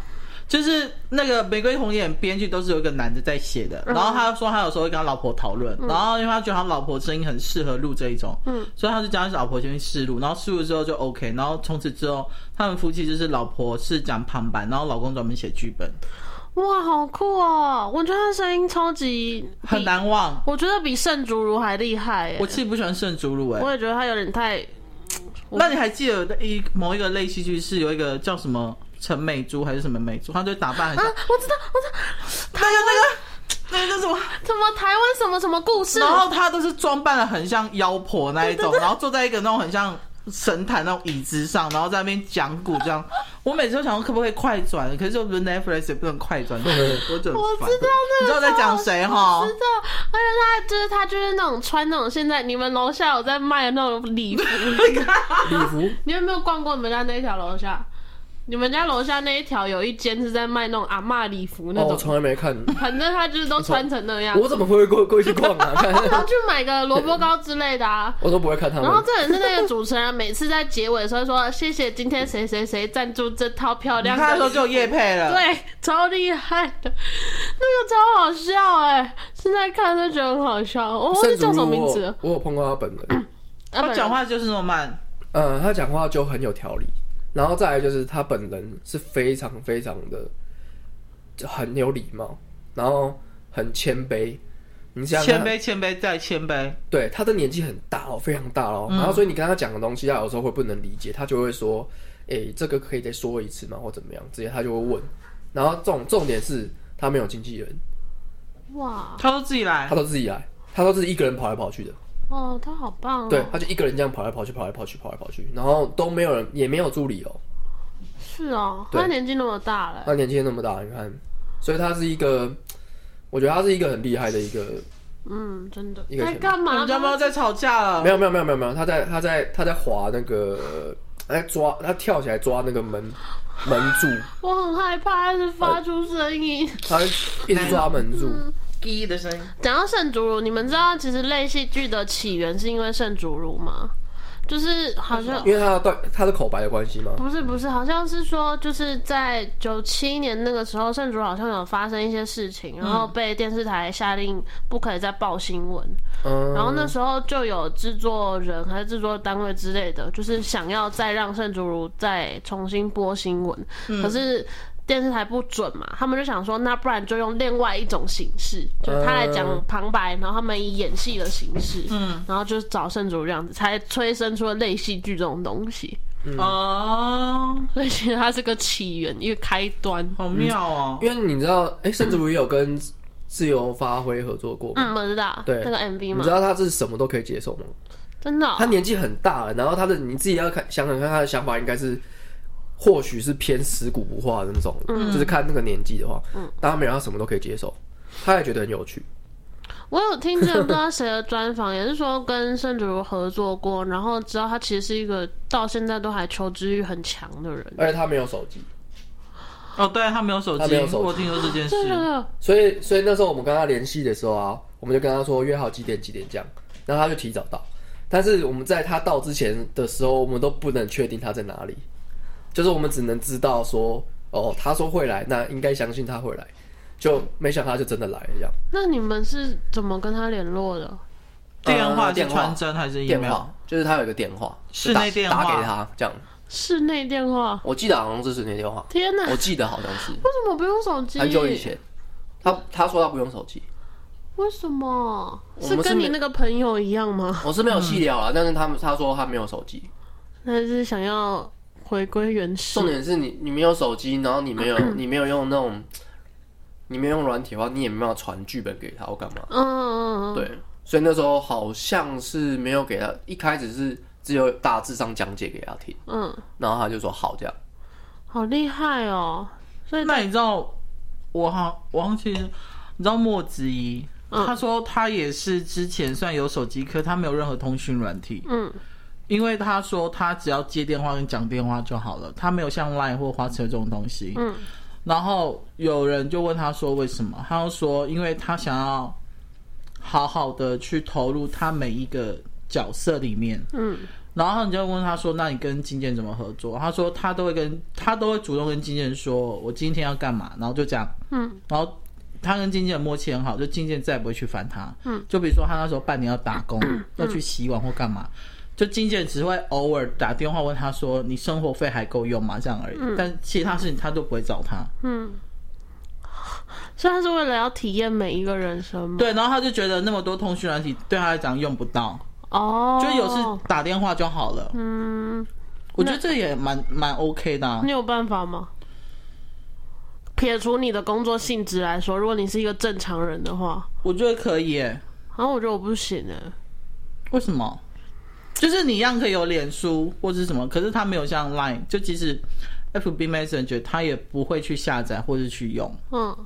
S3: 就是那个《玫瑰童演》编剧都是有一个男的在写的，然后他说他有时候会跟他老婆讨论，然后因为他觉得他老婆声音很适合录这一种，嗯，所以他就叫他老婆先去试录，然后试录之后就 OK，然后从此之后他们夫妻就是老婆是讲旁白，然后老公专门写剧本，
S1: 哇，好酷哦！我觉得他声音超级比
S3: 很，难忘。
S1: 我觉得比盛竹如还厉害耶
S3: 我其实不喜欢圣竹乳哎
S1: 我，也觉得他有点太，
S3: 那你还记得有一某一个类戏剧是有一个叫什么陈美珠还是什么美珠，她就打扮很像、
S1: 啊我知道，我知道，
S3: 那个那个那个叫什么？
S1: 怎么台湾什么什么故事？
S3: 然后她都是装扮的很像妖婆那一种，然后坐在一个那种很像神坛那种椅子上，然后在那边讲古这样。我每次都想说可不可以快转，可是就不是 Netflix 也不能快转，我就
S1: 我
S3: 我
S1: 知道那个，
S3: 你知道在讲谁哈
S1: 我知？道，而且他就是他就是那种穿那种现在你们楼下有在卖的那种礼
S3: [laughs]
S1: 服，
S2: 礼服
S1: 你有没有逛过你们家那一条楼下？你们家楼下那一条有一间是在卖那种阿嬷礼服那
S2: 哦，
S1: 种，
S2: 我从来没看，
S1: 反正他就是都穿成那样。
S2: 我怎么会过过去逛
S3: [laughs]
S2: 啊？
S1: 然
S2: 看
S1: 后去买个萝卜糕之类的啊。
S2: 我都不会看他
S1: 然后
S2: 们。
S1: 这也是那个主持人啊每次在结尾的时候说：“谢谢今天谁谁谁赞助这套漂
S3: 你
S1: 亮
S3: 看的时候
S1: 的。”
S3: 就有叶配了，，
S1: 对，超厉害的，那个超好笑哎、现在看都觉得很好笑。我忘记
S2: 甚至
S1: 叫什么
S2: 如
S1: 名
S2: 我
S1: 字了。
S2: 我有碰过他
S1: [coughs]
S2: 本人，
S1: 啊
S3: 他讲，话就是那么慢，
S2: 嗯，他讲话就很有条理，然后再来就是他本人是非常非常的就很有礼貌，然后很谦卑。你想想
S3: 谦
S2: 看
S3: 卑谦卑再谦卑，
S2: 对，他的年纪很大哦，非常大哦。然后所以你跟他讲的东西，他有时候会不能理解，他就会说：“哎、这个可以再说一次吗？或怎么样？”直接他就会问。然后重重点是他没有经纪人，
S1: 本人哇
S3: 他说自己来
S2: 他，都自己来，他都自己一个人跑来跑去的。
S1: 哦，他好棒哦。
S2: 对，他就一个人这样跑来跑去，跑来跑去，跑来跑去，然后都没有人，也没有助理哦。
S1: 是哦，
S2: 对啊
S1: 他年纪那么大了，
S2: 他年纪那么大，你看，所以他是一个，我觉得他是一个很厉害的一个。
S1: 嗯，真的
S2: 一个
S1: 在
S2: 前辈
S1: 干
S3: 你
S1: 嘛
S3: 们家猫
S1: 呢？
S3: 在吵架了
S2: 没。有没有没有没有没有，他在他在他在滑那个，他在抓，他跳起来抓那个门门柱。
S1: 我很害怕，他是发出声音。
S2: 他一直抓门住，
S1: 嗯
S3: 滴的声音。
S1: 讲到圣主乳，你们知道其实类戏剧的起源是因为圣主乳吗？就是好像
S2: 因为他的断他的口白的关系嘛。
S1: 不是不是，好像是说就是在九七年那个时候，圣主乳好像有发生一些事情，然后被电视台下令不可以再报新闻，
S2: 嗯，
S1: 然后那时候就有制作人还是制作单位之类的，就是想要再让圣主如再重新播新闻，可是电视台不准嘛，他们就想说，那不然就用另外一种形式，就是他来讲
S2: 嗯
S1: 旁白，然后他们以演戏的形式，嗯，然后就找圣主如这样子，才催生出了类戏剧这种东西。
S2: 嗯
S3: 哦，
S1: 所以其实它是个起源，一个开端。
S3: 好妙哦！
S2: 因为你知道，哎、甚至也有跟自由发挥合作过嘛。
S1: 嗯，我知道，
S2: 对
S1: 那个 MV
S2: 你
S1: 嘛
S2: 知，道他是什么都可以接受吗？
S1: 真的哦、
S2: 他年纪很大了，然后他的你自己要看想想看，他的想法应该是，或许是偏死骨不化的那种，
S1: 嗯
S2: 就是看那个年纪的话，当然没有他什么都可以接受，他也觉得很有趣。
S1: 我有听见不知道谁的专访，也是说跟盛主如合作过，然后知道他其实是一个到现在都还求知欲很强的人。
S2: 而且他没有手机，
S3: 哦，对他没有手
S2: 他
S3: 机
S2: 没有，手机呃
S3: 我听说这
S1: [laughs]
S3: 件
S1: 真
S3: 事。
S1: 的，
S2: 啊所以所以那时候我们跟他联系的时候啊，我们就跟他说约好几点几点这样。然后他就提早到。但是我们在他到之前的时候，我们都不能确定他在哪里，就是我们只能知道说，哦，他说会来，那应该相信他会来，就没想到他就真的来了这样。
S1: 那你们是怎么跟他联络的？
S3: 电话是
S2: 电话
S3: 传真还是 e
S2: 电
S3: m a
S2: 话就是他有一个电话，
S3: 室
S2: 就打
S3: 内电话
S2: 打给他这样。
S1: 室内电话？
S2: 我记得好像是室内电话，
S1: 天哪，
S2: 我
S1: 为
S2: 记得好像是
S1: 什么不用手机？
S2: 很久以前，他他说他不用手机，
S1: 为什么？
S2: 我
S1: 是
S2: 们是
S1: 跟
S2: 没
S1: 你那个朋友一样吗？
S2: 我是没有细聊啦，但是他们他说他没有手机，
S1: 他是想要回归原始
S2: 重？点是你你没有手机，然后你没有你没有用那种，你没有用软体的话，你也没有传剧本给他，我干嘛？
S1: 嗯嗯嗯，嗯，
S2: 对，所以那时候好像是没有给他，一开始是只有大致上讲解给他听，
S1: 嗯，
S2: 然后他就说好这样。
S1: 好厉害哦！所以
S3: 那你知道我好，我忘记，你知道莫子怡，
S1: 嗯
S3: 他说他也是之前算有手机，可他没有任何通讯软体，
S1: 嗯，
S3: 因为他说他只要接电话跟讲电话就好了，他没有像 Line 或花车这种东西，
S1: 嗯，
S3: 然后有人就问他说为什么，他就说因为他想要好好的去投入他每一个角色里面，
S1: 嗯，
S3: 然后你就问他说：“那你跟金建怎么合作？”他说：“他都会跟他都会主动跟金建说，我今天要干嘛，然后就这样。”
S1: 嗯，
S3: 然后他跟金建的默契很好，就金建再也不会去烦他。嗯，就比如说他那时候半年要打工，要去洗碗或干嘛，就金建只会偶尔打电话问他说：“你生活费还够用吗？”这样而已。但其他事情他都不会找他。
S1: 嗯所以他是为了要体验每一个人生吗？
S3: 对，然后他就觉得那么多通讯软体对他来讲用不到，
S1: 哦，
S3: 就有事打电话就好了。
S1: 嗯，
S3: 我觉得这也蛮蛮 OK 的、啊
S1: 你。有办法吗？撇除你的工作性质来说，如果你是一个正常人的话，
S3: 我觉得可以耶、
S1: 然后我觉得我不行哎。
S3: 为什么？就是你一样可以有脸书或者什么，可是它没有像 Line，就即使 FB Messenger，它也不会去下载或者去用。
S1: 嗯，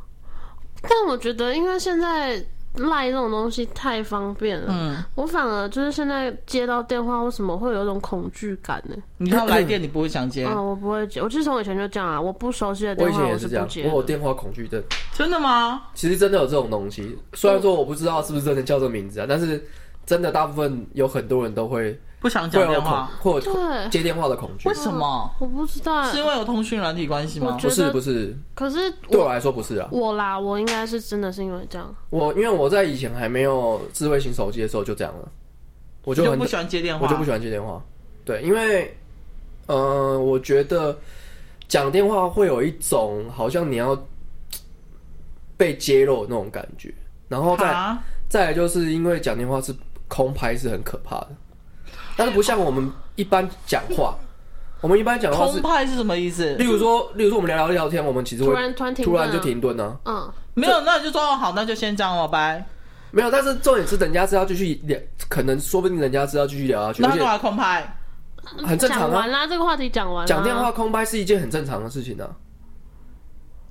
S1: 但我觉得，因为现在赖这种东西太方便了，
S3: 嗯，
S1: 我反而就是现在接到电话或什么会有一种恐惧感呢。
S3: 你看来电你不会想接，
S1: 啊，我不会接，我其实从以前就这样啊，我不熟悉的
S2: 嗯
S1: 电
S2: 我以
S1: 话
S2: 前也
S1: 是
S2: 这样
S1: 不，接
S2: 我有
S1: 的。
S2: 电话恐惧症，
S3: 真的吗？
S2: 其实真的有这种东西。虽然说我不知道是不是真的叫这名字啊，但是真的大部分有很多人都会
S3: 不想
S2: 会
S3: 讲
S2: 有
S3: 电
S2: 恐
S3: 话，
S2: 或者
S1: 对
S2: 接电话的恐惧
S3: 为。什么？
S1: 我不知道欸，
S3: 是因为有通讯软体关系吗
S1: 我觉？
S2: 不是
S1: 得
S2: 不是，
S1: 可是
S2: 对
S1: 我
S2: 我来说不是啊。
S1: 我啦，我应该是真的是因为这样，
S2: 我因为我在以前还没有智慧型手机的时候就这样了，我
S3: 我
S2: 就很
S3: 不喜欢接电话，
S2: 我就不喜欢接电话。对，因为，呃，我觉得讲电话会有一种好像你要被揭露的那种感觉，然后再
S3: 啊，
S2: 再来就是因为讲电话是空拍是很可怕的，但是不像我们一般讲话，我们一般讲话是
S3: 空，拍是什么意思
S2: 例？如说，例如说我们聊聊聊天，我们其实
S1: 突
S2: 会
S1: 然突然停，
S2: 突然就，停顿啊，
S1: 嗯，
S3: 没有，那你就说哦好，那就先这样了，拜。
S2: 没有，但是重点是人家是要继续聊，可能说不定人家是要继续聊下去，
S3: 那
S2: 而
S3: 他干
S2: 且
S3: 嘛空拍？
S2: 很正常
S1: 讲
S2: 啊
S1: 完。啦，这个话题讲完啦，
S2: 讲电话空拍是一件很正常的事情啊，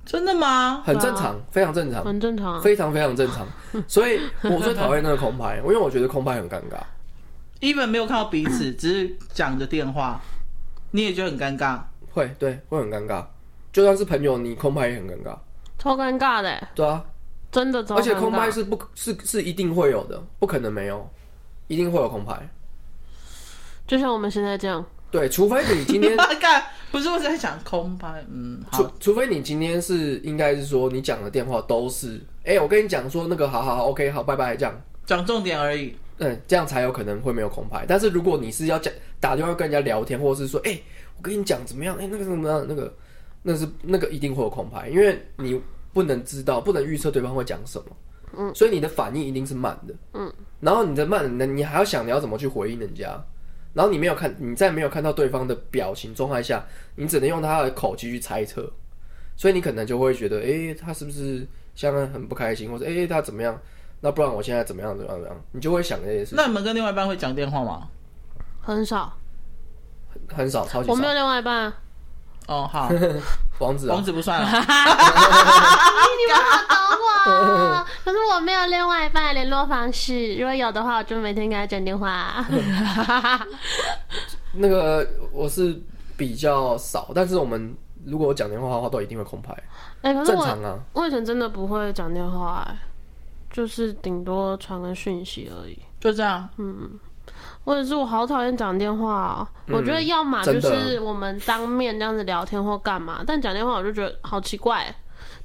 S3: 真的吗？
S2: 很正常，非常正常，
S1: 很正常啊，
S2: 非常非常
S1: [laughs]
S2: 正常。所以我最讨厌那个空拍，因为我觉得空拍很尴尬。
S3: even 没有看到彼此，只是讲着电话，你也觉得很尴尬。
S2: 会，对，会很尴尬。就算是朋友，你空拍也很尴尬，
S1: 超尴尬的欸，
S2: 对啊。
S1: 真的超尴尬。
S2: 而且空拍是不是是一定会有的，不可能没有，一定会有空拍。
S1: 就像我们现在这样，
S2: 对，除非你今
S3: [laughs]
S2: 天，
S3: 干，不是我在想空拍，嗯，
S2: 除
S3: 好，
S2: 除非你今天是应该是说你讲的电话都是，哎、我跟你讲说那个好好好，OK，好，拜拜，这样，
S3: 讲重点而已。
S2: 嗯，这样才有可能会没有空拍。但是如果你是要讲打电话跟人家聊天，或者是说，哎、我跟你讲怎么样，哎、那个怎么样，那个那是那个一定会有空拍，因为你不能知道，不能预测对方会讲什么，嗯，所以你的反应一定是慢的，嗯，然后你的慢，你你还要想你要怎么去回应人家，然后你没有看，你在没有看到对方的表情状态下，你只能用他的口气去猜测，所以你可能就会觉得，哎、他是不是现在很不开心，或者哎、诶他怎么样？那不然我现在怎么样怎么样怎么样？你就会想这些事，
S3: 那你们跟另外一半会讲电话吗？
S1: 很少，
S2: 很少，超级
S1: 我没
S2: 少
S1: 有。另外一半
S2: [laughs]
S1: 啊，
S3: 哦，好，
S2: 王子啊
S3: 王，子不算
S2: [laughs]
S3: 了。
S1: 你们好懂我，可是我没有另外一半的联络方式，如果有的话，我就每天给他讲电
S2: [laughs]
S1: 话。啊
S2: 那个我是比较少，但是我们如果讲电话的话，都一定会空拍，
S1: 哎、可是
S2: 正
S1: 我
S2: 常啊。
S1: 欸我以前真的不会讲电话、哎，就是顶多传个讯息而已。
S3: 就这样。
S2: 嗯
S1: 或者是我好讨厌讲电话、哦，我觉得要么就
S2: 嗯真
S1: 是我们当面这样子聊天或干嘛，但讲电话我就觉得好奇怪。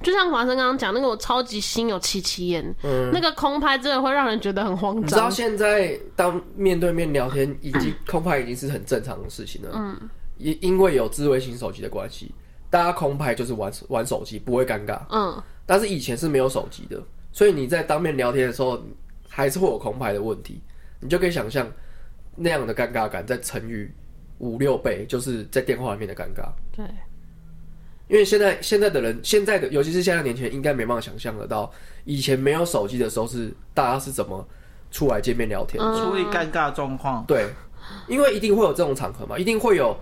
S1: 就像华生刚刚讲那个，我超级心有戚戚焉，
S2: 嗯，
S1: 那个空拍真的会让人觉得很慌
S2: 你知道
S1: 张。
S2: 现在当面对面聊天，已经空拍已经是很正常的事情了。嗯，也因为有智慧型手机的关系，大家空拍就是玩玩手机，不会尴尬。
S1: 嗯，
S2: 但是以前是没有手机的，所以你在当面聊天的时候，还是会有空拍的问题。你就可以想象那样的尴尬感再乘以五六倍，就是在电话里面的尴尬。
S1: 对，
S2: 因为现在现在的人，现在的尤其是现在的年轻人，应该没办法想象得到，以前没有手机的时候是大家是怎么出来见面聊天的。
S1: 嗯
S3: 处理尴尬状况，
S2: 对，因为一定会有这种场合嘛，一定会有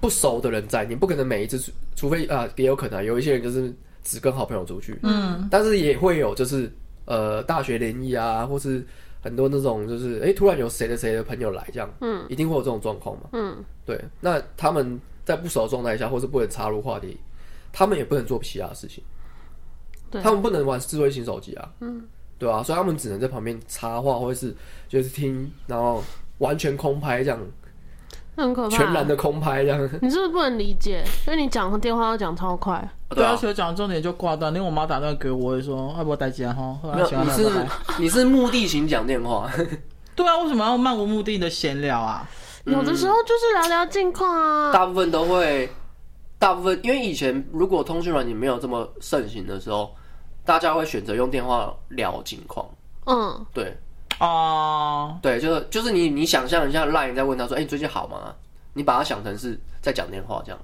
S2: 不熟的人在，你不可能每一次出，除非啊、也有可能啊、有一些人就是只跟好朋友出去，嗯，但是也会有就是呃大学联谊啊，或是很多那种就是哎、诶突然有谁的谁的朋友来这样，嗯，一定会有这种状况嘛，
S1: 嗯，
S2: 对，那他们在不熟的状态下，或是不能插入话题，他们也不能做其他事情，
S1: 对
S2: 他们不能玩智慧型手机啊，嗯，对啊，所以他们只能在旁边插话，或者是就是听，然后完全空拍这样，
S1: 那很可怕。
S2: 全然的空拍这 [laughs] 样，
S1: 你是不是不能理解？因为你讲电话要讲超快，
S3: 对啊，而且我讲到重点就挂断，因为我妈打电话给我，我也说要不要待机啊哈，后
S2: 没
S3: 来
S2: 有，
S3: 喜欢
S2: 你
S3: 哪
S2: 是
S3: 个来
S2: 你是目的型讲电话， [laughs]
S3: 对啊，为什么要漫无目的的闲聊啊？
S2: 嗯
S1: 有的时候就是聊聊近况啊。
S2: 大部分都会，大部分因为以前如果通讯软件没有这么盛行的时候，大家会选择用电话聊近况，
S1: 嗯，
S2: 对
S3: 哦、
S2: 对，就是就是你你想象一下赖，你在问他说，哎、你最近好吗？你把他想成是在讲电话这样，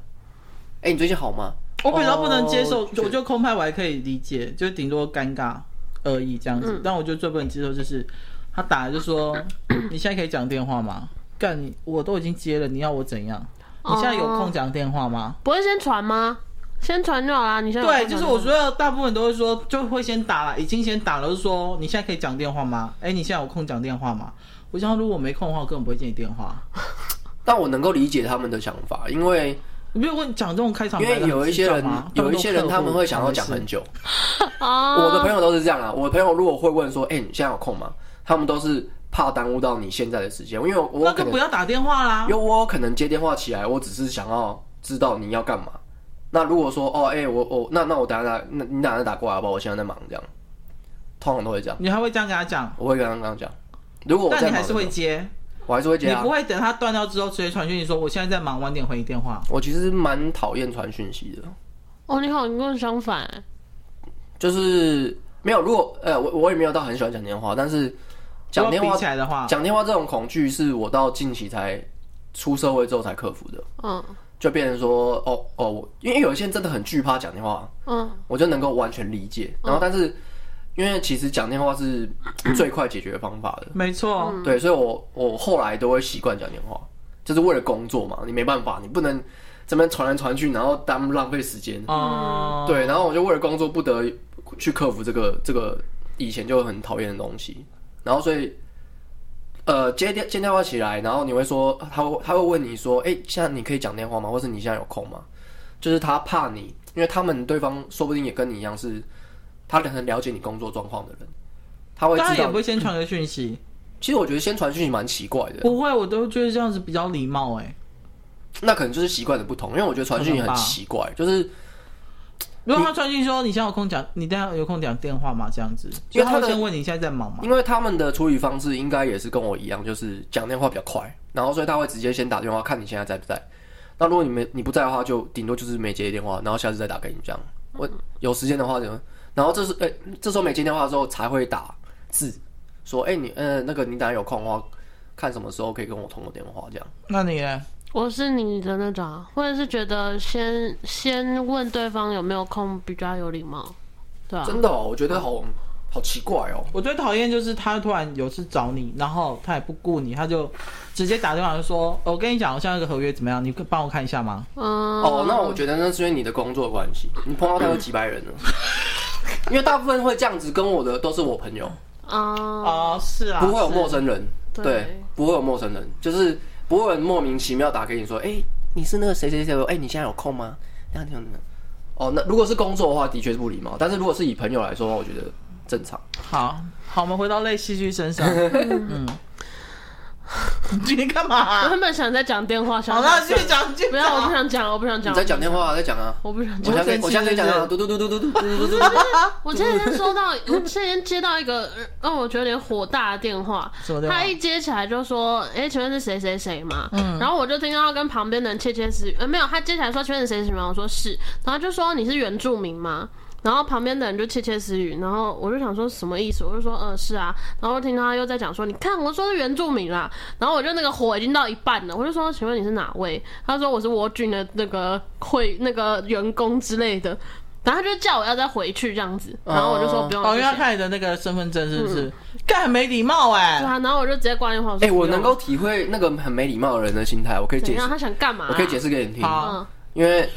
S2: 哎、你最近好吗？
S3: 我比较不能接受，
S2: 哦
S3: 就我就空拍我还可以理解，就顶多尴尬而已这样子。但我觉得最不能接受就是他打来就说 [coughs] 你现在可以讲电话吗？干你我都已经接了，你要我怎样？你现在有空讲电话吗？
S1: 不会先传吗？先传就好啦。你先
S3: 对，就是我觉得大部分都会说，就会先打了，已经先打了，就说你现在可以讲电话吗？哎、你现在有空讲电话吗？我想如果没空的话，我根本不会接你电话。
S2: 但我能够理解他们的想法，因为
S3: 你没有问讲这种开场
S2: 因
S3: 白的
S2: 为
S3: 很
S2: 有一些
S3: 计较
S2: 人
S3: 吗
S2: 有一些人他们会想要讲很
S3: 久，
S2: 久。
S1: 啊，
S2: 我的朋友都是这样啊，我的朋友如果会问说，哎、你现在有空吗？他们都是怕耽误到你现在的时间，因为我
S3: 那
S2: 我可
S3: 就
S2: 能
S3: 不要啊打电话啦
S2: 因为。我可能接电话起来，我只是想要知道你要干嘛。那如果说哦，哎、我我那那我等下打，那你等下打过来好不好？我现在在忙，这样通常都会这样。
S3: 你还会这样跟他讲，
S2: 我会跟他刚刚讲，如果我
S3: 但
S2: 在
S3: 你
S2: 忙的
S3: 还是
S2: 时候，
S3: 会接，
S2: 我还是会接
S3: 你
S2: 啊
S3: 不。会等他断掉之后直接传讯你说我现在在忙，晚点回你电话。
S2: 我其实蛮讨厌传讯息的，
S1: 哦，你好，你跟我相反、
S2: 就是没有。如果呃，我我也没有到很喜欢讲电话，但是讲电
S3: 如
S2: 话
S3: 果比起来的啊话，
S2: 讲电话这种恐惧是我到近期才出社会之后才克服的，
S1: 嗯
S2: 就变成说哦哦，我因为有一些人真的很惧怕讲电话，
S1: 嗯
S2: 我就能够完全理解。
S3: 嗯
S2: 然后，但是因为其实讲电话是 [clears throat] 最快解决方法的，
S3: 没错，
S2: 对，所以我我后来都会习惯讲电话，就是为了工作嘛，你没办法，你不能这边传来传去，然后耽浪费时间。
S3: 哦、
S2: 对，然后我就为了工作不得去克服这个这个以前就很讨厌的东西，然后所以。呃，接电接电话起来，然后你会说，他会他会问你说，哎、现在你可以讲电话吗？或是你现在有空吗？就是他怕你，因为他们对方说不定也跟你一样是，他很了解你工作状况的人，他会
S3: 当然
S2: 知
S3: 也
S2: 道
S3: 不。会先传个讯息，
S2: 其实我觉得先传讯息蛮奇怪的，
S3: 不会，我都觉得这样子比较礼貌哎、
S2: 那可能就是习惯的不同，因为我觉得传讯息
S3: 可
S2: 很
S3: 能吧
S2: 奇怪，就是
S3: 如果他传讯说你现在有空讲，你等下有空讲电话吗？这样子，
S2: 因为他的
S3: 就会先问你现在在忙吗？
S2: 因为他们的处理方式应该也是跟我一样，就是讲电话比较快，然后所以他会直接先打电话看你现在在不在。那如果你没你不在的话，就顶多就是没接电话，然后下次再打给你这样。我有时间的话就，然后这是哎、这时候没接电话的时候才会打字说，哎、你呃那个你等下有空的话，看什么时候可以跟我通个电话这样。
S3: 那你呢？
S1: 我是你的那种啊，或者是觉得先先问对方有没有空比较有礼貌，对啊，
S2: 真的、哦，我觉得好好奇怪哦。
S3: 我最讨厌就是他突然有事找你，然后他也不顾你，他就直接打电话就说：“我跟你讲，我现在有个合约怎么样？你帮我看一下吗
S1: 嗯，
S2: 哦，那我觉得那是因为你的工作关系，你碰到他有几百
S1: [laughs]
S2: 人呢。因为大部分会这样子跟我的都是我朋友，
S1: 啊，
S3: 哦，是啊，
S2: 不会有
S3: 是
S2: 陌生人，
S1: 对
S2: 对，不会有陌生人，就是不会有人莫名其妙打给你说，哎、你是那个谁谁谁，哎、你现在有空吗？那样那样那样。哦，那如果是工作的话，的确是不礼貌，但是如果
S1: 哦
S2: 是以朋友来说的话，我觉得正常。 [laughs]
S3: 好。好，我们回到类戏剧身上。嗯，你干嘛啊、
S1: 我原本想再讲电话，想
S3: 好了，继续讲，继续
S1: 不要，我不想讲了，我不想讲
S2: 你
S1: 了。
S2: 在讲电话，在讲啊。
S1: 我不想
S2: 我
S1: 讲。
S2: 现在我现在跟你讲电啊话，嘟嘟嘟嘟嘟嘟嘟嘟嘟。
S1: [laughs] 我前几天收到，我前几天接到一个呃让我觉得有点火大的电话
S3: 什么，电话
S1: 他一接起来就说：“哎、请问是谁谁谁吗？”
S2: 嗯
S1: 然后我就听到跟旁边的人窃窃私语，呃，没有，他接起来说：“请问是谁谁谁吗？”我说是，然后就说：“你是原住民吗？”然后旁边的人就窃窃私语，然后我就想说什么意思？我就说，嗯、是啊。然后听到他又在讲说，你看我说是原住民啦。然后我就那个火已经到一半了，我就说，请问你是哪位？他说我是我军的那个会那个员工之类的。然后他就叫我要再回去这样子，然后我就说不用了，
S3: 哦，因为
S1: 谢
S3: 要
S1: 谢。
S3: 看你的那个身份证是不
S1: 嗯
S3: 是？干、很没礼貌哎、
S1: 对啊，然后我就直接挂电话。说
S2: 哎，我
S1: 不用
S2: 能够体会那个很没礼貌的人的心态，我可以
S1: 怎
S2: 解释
S1: 样？，他想干嘛？
S2: 我可以解。释给你听，
S3: 好，
S1: 嗯，
S2: 因
S3: [laughs]
S2: 为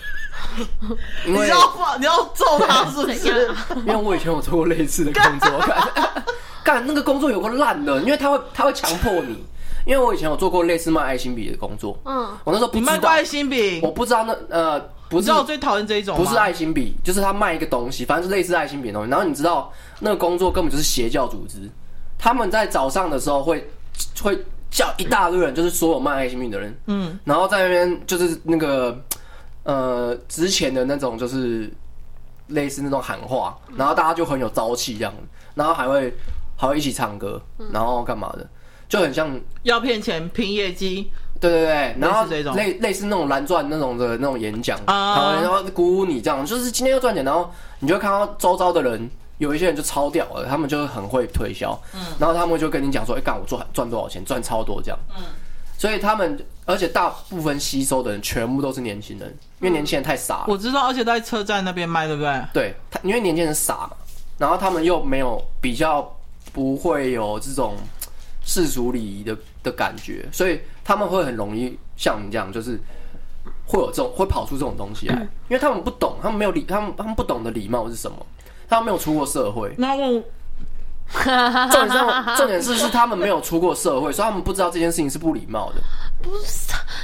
S2: 因
S3: 你
S2: 为
S3: 要放，你要揍他是不
S1: 啊怎样
S3: 是？
S1: 啊？
S2: 因为我以前有做过类似的工
S3: [laughs]
S2: 作，干干那个工作有个烂的，因为他会他会强迫你，因为我以前有做过类似卖爱心笔的工作， [laughs]
S1: 嗯，
S2: 我那时候不
S3: 你卖
S2: 知
S3: 过
S2: 道
S3: 爱，心饼
S2: 我，不知道那呃不
S3: 你
S2: 是
S3: 知道我最讨厌这一种吗
S2: 不是啊爱心笔，就是他卖一个东西，反正是类似爱心笔的东西。然后你知道那个工作根本就是邪教组织，他们在早上的时候会会叫一大堆人，就是所有卖爱心笔的人，嗯，然后在那边就是那个呃之前的那种就是类似那种喊话，然后大家就很有朝气这样，然后还会还会一起唱歌，然后干嘛的，就很像
S3: 要骗钱拼业绩，
S2: 对对对，然后
S3: 类似这种
S2: 类类似那种蓝钻那种的那种演讲，
S3: 啊
S2: 然后然后鼓舞你这样，就是今天要赚钱，然后你就会看到周遭的人有一些人就超屌了，他们就很会推销，
S3: 嗯
S2: 然后他们就跟你讲说，哎、干我赚赚多少钱，赚超多这样，
S3: 嗯
S2: 所以他们而且大部分吸收的人全部都是年轻人，
S3: 嗯
S2: 因为年轻人太傻了，
S3: 我知道，而且在车站那边卖，对不对？，
S2: 对他，因为年轻人傻嘛，然后他们又没有比较不会有这种世俗礼仪的的感觉，所以他们会很容易像你这样，就是会有这种会跑出这种东西来，因为他们不懂，他们没有礼，他们他们不懂的礼貌是什么，他们没有出过社会
S3: 那问
S2: 重点是他们重点是是他们没有出过社会，所以他们不知道这件事情是不礼貌的。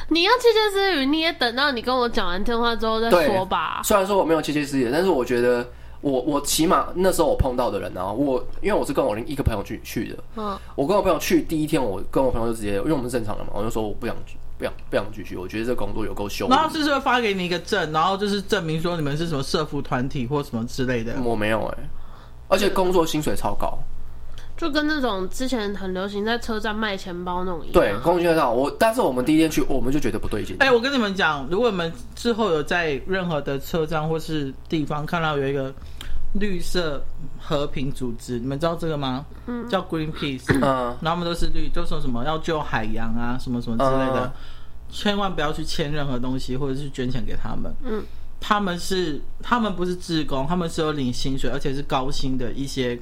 S1: 你要窃窃私语，你也等到你跟我讲完电话之后再
S2: 对
S1: 说吧。
S2: 虽然说我没有窃窃私语，但是我觉得我我起码那时候我碰到的人啊，我因为我是跟我另一个朋友去去的，
S1: 嗯，
S2: 我跟我朋友去第一天，我跟我朋友就直接，因为我们是正常的嘛，我就说我不想不想不想继续，我觉得这工作有够羞辱
S3: 然。后是不是会发给你一个证，然后就是证明说你们是什么社服团体或什么之类的？
S2: 我没有哎、而且工作薪水超高，
S1: 就跟那种之前很流行在车站卖钱包那种一样。
S2: 对，工作薪水高。我但是我们第一天去，我们就觉得不对劲。
S3: 哎、我跟你们讲，如果你们之后有在任何的车站或是地方看到有一个绿色和平组织，你们知道这个吗？嗯，叫 Greenpeace，
S2: 嗯，
S3: 然后他们都是绿，都说什么要救海洋啊，什么什么之类的，
S2: 嗯
S3: 千万不要去签任何东西，或者是捐钱给他们。
S1: 嗯，
S3: 他们是他们不是志工，他们是有领薪水，而且是高薪的一些。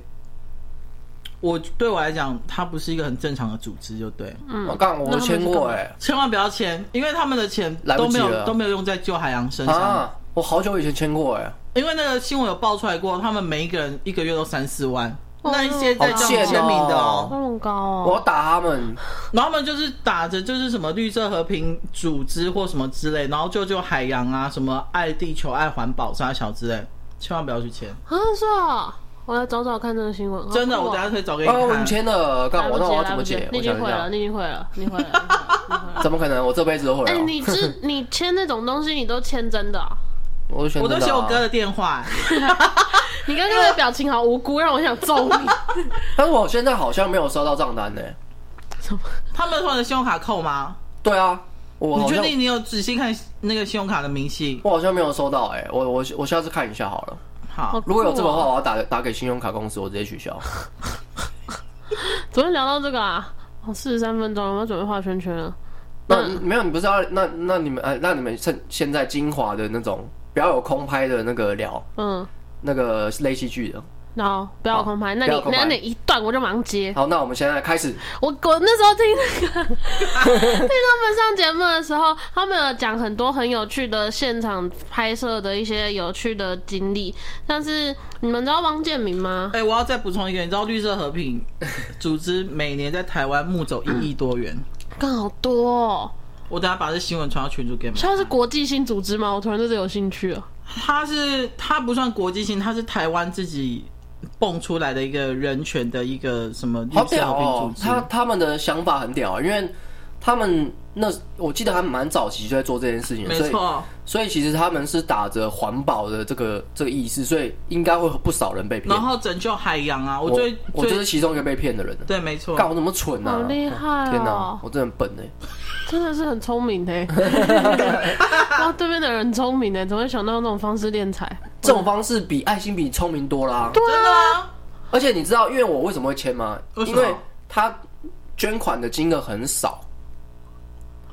S3: 我对我来讲，它不是一个很正常的组织，就对。
S2: 我刚我签过哎、
S3: 千万不要签，因为他们的钱
S2: 来不
S3: 都没
S2: 及了
S3: 有都没有用在救海洋身上。
S2: 啊，我好久以前签过哎、
S3: 因为那个新闻有爆出来过，他们每一个人一个月都三四万。那一些在
S2: 好
S3: 叫
S2: 贱哦
S3: 签名的哦，
S1: 那么高
S2: 我
S1: 哦。
S2: 要打他们。
S3: 然后他们就是打着就是什么绿色和平组织或什么之类，然后救救海洋啊，什么爱地球、爱环保、啥小之类，千万不要去签。
S1: 啊，是哦，我来找找看这个新闻。
S3: 真的，
S1: 好酷
S3: 我
S1: 哦
S3: 等一下可以找给你
S2: 哦，我
S3: 看。
S2: 签了，干
S1: 来
S2: 我
S1: 不
S2: 那
S1: 及了，
S2: 我要
S1: 来
S2: 怎
S1: 不
S2: 么
S1: 及了
S2: 解？
S1: 你
S2: 我
S1: 已
S2: 想
S1: 经
S2: 一
S1: 会了，
S2: 下，
S1: 你已经会了，你会了。你
S2: [laughs]
S1: 会了
S2: 怎么可能？我这辈子都会
S1: 哎，
S2: 了。
S1: 你这你签那种东西，你都签真的啊？
S2: 我都选
S3: 我
S2: 真
S3: 都
S2: 的
S3: 写我
S2: 啊
S3: 哥的电话、
S1: 你刚刚的表情好无辜，让我想揍
S2: [laughs]
S1: 你。
S2: 但是我现在好像没有收到账单呢、
S3: 他们从你的信用卡扣吗？
S2: 对啊，我
S3: 你
S2: 好
S3: 确
S2: 像
S3: 定你有仔细看那个信用卡的明细？
S2: 我好像没有收到哎、我我我下次看一下好了。
S3: 好，
S2: 如果有这种的
S1: 好
S2: 话，
S1: 酷哦，
S2: 我要打打给信用卡公司，我直接取
S3: [laughs]
S2: 消。
S1: 昨天聊到这个啊，哦，四十三分钟，我们要准备画圈圈了。
S2: 那没有，你不是要那那你们呃，那你们趁现在精华的那种，不要有空拍的那个聊
S1: 嗯，
S2: 那个类戏剧的。
S1: 然后不要空拍，那
S2: 不
S1: 你
S2: 要空拍
S1: 那你一断我就马上接。
S2: 好，那我们现在开始。
S1: 我我那时候听那个听他们上节目的时候，他们有讲很多很有趣的现场拍摄的一些有趣的经历。但是你们知道汪建民吗？
S3: 哎、我要再补充一个，你知道绿色和
S2: [laughs]
S3: 平组织每年在台湾募走一亿多元，
S1: 更好多、哦，
S3: 我等下把这新闻传到群组给你们看。
S1: 它是国际性组织吗？我突然对这有兴趣了。
S3: 它是它不算国际性，它是台湾自己蹦出来的一个人权的一个什么绿
S2: 好
S3: 色
S2: 屌哦
S3: 和平！组织。
S2: 他他们的想法很屌啊，因为他们那我记得他们蛮早期就在做这件事情的，
S3: 没
S2: 所以
S3: 错，
S2: 所以其实他们是打着环保的这个这个意识，所以应该会有不少人被骗
S3: 然。后拯救海洋啊！我
S2: 我
S3: 最
S2: 我就
S3: 最
S2: 是其中一个被骗的人了。啊
S3: 对，没错。
S2: 干我怎么蠢啊！
S1: 好厉害哦
S2: 天哪，我真的很笨哎、
S1: 真的是很聪明 [laughs] 的欸，哇，对面的人聪明欸的，怎么会想到用这种方式敛财？
S2: 这种方式比爱心笔聪明多啦。
S1: 对
S3: 真的
S1: 啊，
S3: 啊，
S2: 而且你知道，因为我为什么会签吗？
S3: 为什
S2: 因
S3: 么
S2: 为他捐款的金额很少，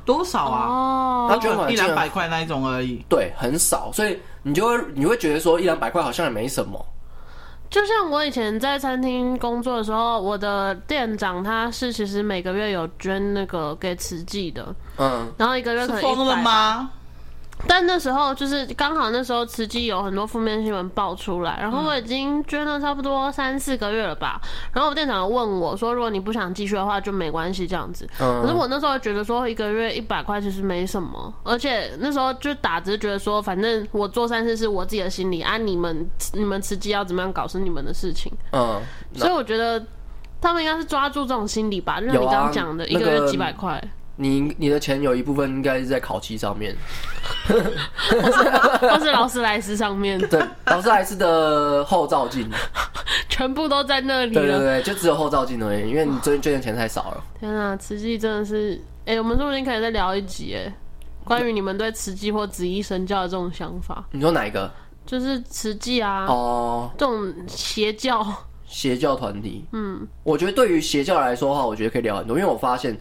S3: 多少啊？
S2: 他
S1: 哦，
S2: 捐款的
S3: 一
S2: 金
S3: 两
S2: 额
S3: 百块那一种而已。
S2: 对很少，所以你就会你会觉得说一两百块好像也没什么。
S1: 就像我以前在餐厅工作的时候，我的店长他是其实每个月有捐那个给慈济的，
S2: 嗯，
S1: 然后一个月
S3: 是
S1: 可能
S3: 疯了
S1: 100？
S3: 吗？
S1: 但那时候就是刚好那时候慈济有很多负面新闻爆出来，然后
S3: 嗯
S1: 我已经捐了差不多三四个月了吧。然后我店长有问我说，如果你不想继续的话，就没关系这样子。
S2: 嗯
S1: 可是我那时候觉得说一个月一百块其实没什么，而且那时候就打只是觉得说，反正我做善事是我自己的心理啊，你们你们慈济要怎么样搞是你们的事情。
S2: 嗯，
S1: 所以我觉得他们应该是抓住这种心理吧，就像
S2: 有
S1: 你
S2: 啊
S1: 刚刚讲的，一
S2: 那
S1: 个
S2: 个
S1: 月几百
S2: [laughs]
S1: 块。
S2: 你你的钱有一部分应该是在烤漆上面，
S1: 或是劳斯莱斯上面，
S2: 对，劳斯莱斯的后照镜，
S1: 全部都在那里
S2: 对对
S1: 了。
S2: 对，就只有后照镜而已，因为你最近捐的钱太少了。
S1: 天啊，慈济真的是，哎、我们说不定可以再聊一集哎，关于你们对慈济或子医神教的这种想法，
S2: 你说哪一个？
S1: 就是慈济啊，
S2: 哦，
S1: 这种邪教，
S2: 邪教团体，嗯，我觉得对于邪教来说的话，我觉得可以聊很多，因为我发现，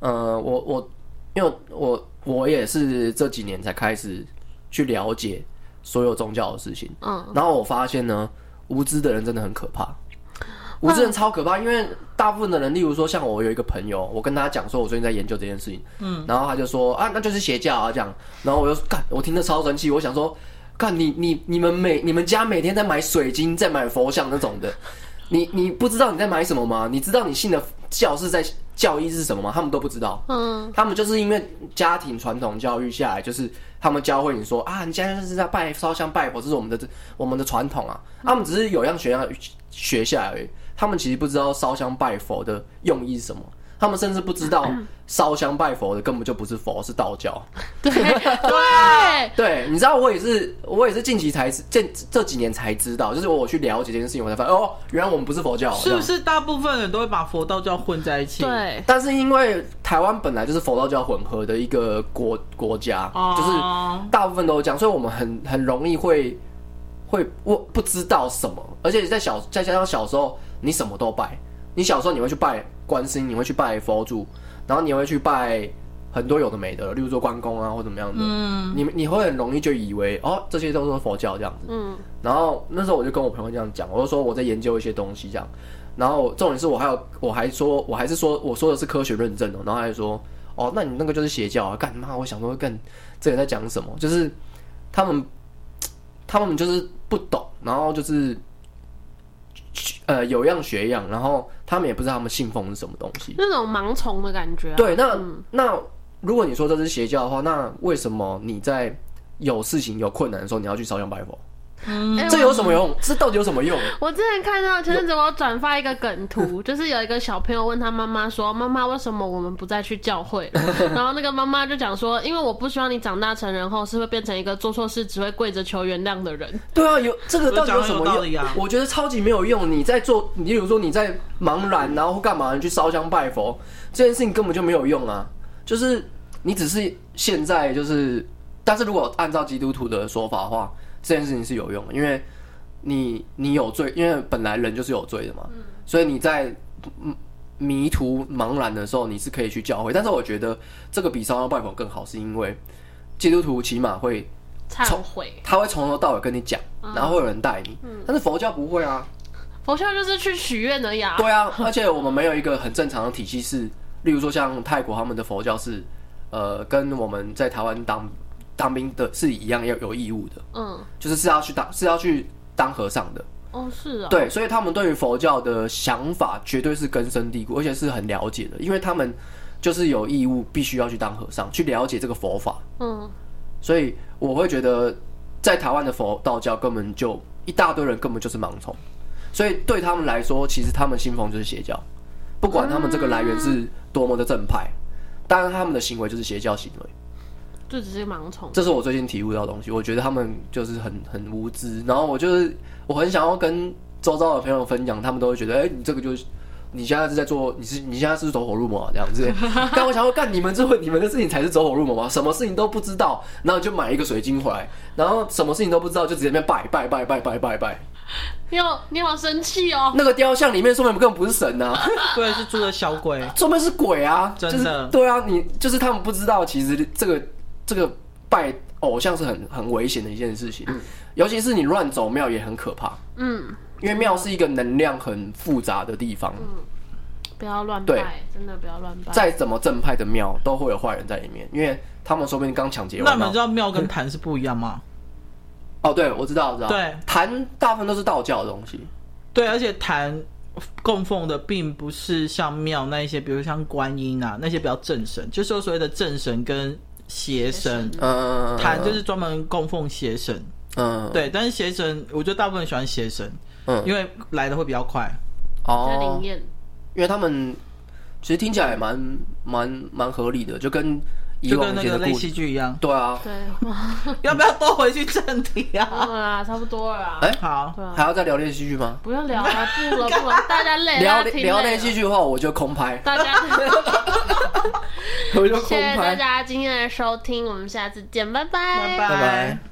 S2: 呃，我我因为我我也是这几年才开始去了解所有宗教的事情，
S1: 嗯，
S2: 然后我发现呢，无知的人真的很可怕，无知人超可怕，因为大部分的人，例如说像我有一个朋友，我跟他讲说我最近在研究这件事情，嗯，然后他就说啊，那就是邪教啊这样，然后我就干，我听得超生气，我想说，干你你你们每你们家每天在买水晶，在买佛像那种的，你你不知道你在买什么吗？你知道你信的教是在教义是什么吗？他们都不知道，
S1: 嗯，
S2: 他们就是因为家庭传统教育下来，就是他们教会你说啊，你现在就是在拜烧香拜佛，这是我们的我们的传统啊。他们只是有样学样学下来而已，他们其实不知道烧香拜佛的用意是什么，他们甚至不知道烧香拜佛的根本就不是佛，是道教。 [laughs]
S1: 对对，
S2: 对，你知道我也是，我也是近期才知这这几年才知道，就是我去了解这件事情，我才发现哦，原来我们不是佛教，
S3: 是不？是大部分人都会把佛道教混在一起？，
S1: 对，
S2: 但是因为台湾本来就是佛道教混合的一个国国家，就是
S3: 哦，
S2: 大部分都这样，所以我们很很容易会会我不知道什么，而且在小再加上小时候你什么都拜，你小时候你会去拜观世音，你会去拜佛祖，然后你会去拜很多有的没的，例如说关公啊或怎么样的，嗯，你你会很容易就以为哦这些都是佛教这样子，
S1: 嗯，
S2: 然后那时候我就跟我朋友这样讲，我就说我在研究一些东西这样，然后重点是我还有我还说我还是说我说的是科学认证哦，然后还说哦那你那个就是邪教啊，干嘛？我想说干这人在讲什么？就是他们他们就是不懂，然后就是呃有样学样，然后他们也不知道他们信奉是什么东西。
S1: 那种盲从的感觉、啊，
S2: 对，那、那如果你说这是邪教的话，那为什么你在有事情有困难的时候你要去烧香拜佛？
S1: 哎
S2: 这
S1: 我
S2: 有什么用？这到底有什么用？
S1: 我之前看到前阵子我有转发一个梗
S2: [laughs]
S1: 图，就是有一个小朋友问他妈妈说：“妈妈，为什么我们不再去教会了？”
S2: [laughs]
S1: 然后那个妈妈就讲说：“因为我不希望你长大成人后是会变成一个做错事只会跪着求原谅的人。
S2: 对啊，有这个到底有什么
S3: 我讲得有道理
S2: 用？
S3: 啊
S2: 我觉得超级没有用。你在做，你例如说你在茫然，然后干嘛？你去烧香拜佛，这件事情根本就没有用啊。就是你只是现在就是，但是如果按照基督徒的说法的话，这件事情是有用的，因为你你有罪，因为本来人就是有罪的嘛，所以你在嗯迷途茫然的时候，你是可以去教会。但是我觉得这个比烧香拜佛更好，是因为基督徒起码会”
S1: 忏悔，
S2: 他会从头到尾跟你讲，然后会有人带你。但是佛教不会啊，
S1: 佛教就是去许愿而已啊。
S2: 对啊，而且我们没有一个很正常的体系是，例如说像泰国他们的佛教是，呃，跟我们在台湾当当兵的是一样要有义务的，
S1: 嗯，
S2: 就是是要去当是要去当和尚的。
S1: 哦，是啊，
S2: 对，所以他们对于佛教的想法绝对是根深蒂固，而且是很了解的，因为他们就是有义务必须要去当和尚，去了解这个佛法。
S1: 嗯，
S2: 所以我会觉得，在台湾的佛道教根本就一大堆人根本就是盲从，所以对他们来说，其实他们信奉就是邪教，不管他们这个来源是多么的正派，当然他们的行为就是邪教行为。
S1: 就只是盲从。
S2: 这是我最近体悟到的东西，我觉得他们就是很很无知，然后我就是我很想要跟周遭的朋友分享，他们都会觉得，哎、你这个就是。你现在是在做，你是你现在是不是走火入魔、啊、这样子？但我想要干你们这会你们的事情才是走火入魔嘛，什么事情都不知道，然后就买一个水晶回来，然后什么事情都不知道就直接在那边拜拜拜拜拜拜拜，
S1: 你好，你好生气哦！
S2: 那个雕像里面说明根本不是神呐、啊，
S3: 对，是住的小鬼，
S2: 说明是鬼啊，就
S3: 真
S2: 是
S3: 的
S2: 对啊，你就是他们不知道，其实这个这个拜偶像是很很危险的一件事情，
S3: 嗯
S2: 尤其是你乱走庙也很可怕，
S1: 嗯，
S2: 因为庙是一个能量很复杂的地方，
S1: 不要乱
S2: 对
S1: 拜，真的不要乱拜。
S2: 再怎么正派的庙都会有坏人在里面，因为他们说不定刚抢劫
S3: 那
S2: 完
S3: 你们
S2: 庙
S3: 知。道庙跟坛是不一
S2: [laughs]
S3: 样吗？
S2: 哦，对，我知道，我知道。
S3: 对
S2: 坛大部分都是道教的东西，
S3: 对，而且坛供奉的并不是像庙那一些，比如像观音啊那些比较正神，就是说所谓的正神跟邪神。
S2: 嗯，
S3: 坛就是专门供奉邪神，
S2: 嗯，
S3: 对，但是邪神，我觉得大部分喜欢邪神，
S2: 嗯
S3: 因为来的会比较快。
S1: 在
S2: 哦
S1: 灵，验，
S2: 因为他们其实听起来也蛮蛮蛮合理的，就跟以
S3: 就
S2: 往以
S3: 跟那
S2: 前
S3: 个
S2: 的
S3: 类
S2: 故事
S3: 戏，剧一样， [laughs]
S2: 对啊，
S1: 对，
S3: 要不要多回去正题
S1: 好
S3: 啊？
S1: 了啦，差不多了啦。
S2: 哎
S3: 好，
S1: 对
S2: 还
S1: 啊，
S2: 要再聊练戏剧吗？
S1: 不要聊了，不了不了，大家累，
S2: 聊
S1: 大家听
S2: 聊
S1: 累
S2: 练
S1: 了
S2: 戏，剧的话，我就空拍，
S1: 大
S2: [laughs]
S1: 家
S2: 我就空
S1: 谢谢大
S2: 拍，
S1: 家今天的收听，我们下次见，拜拜，
S3: 拜
S2: 拜拜。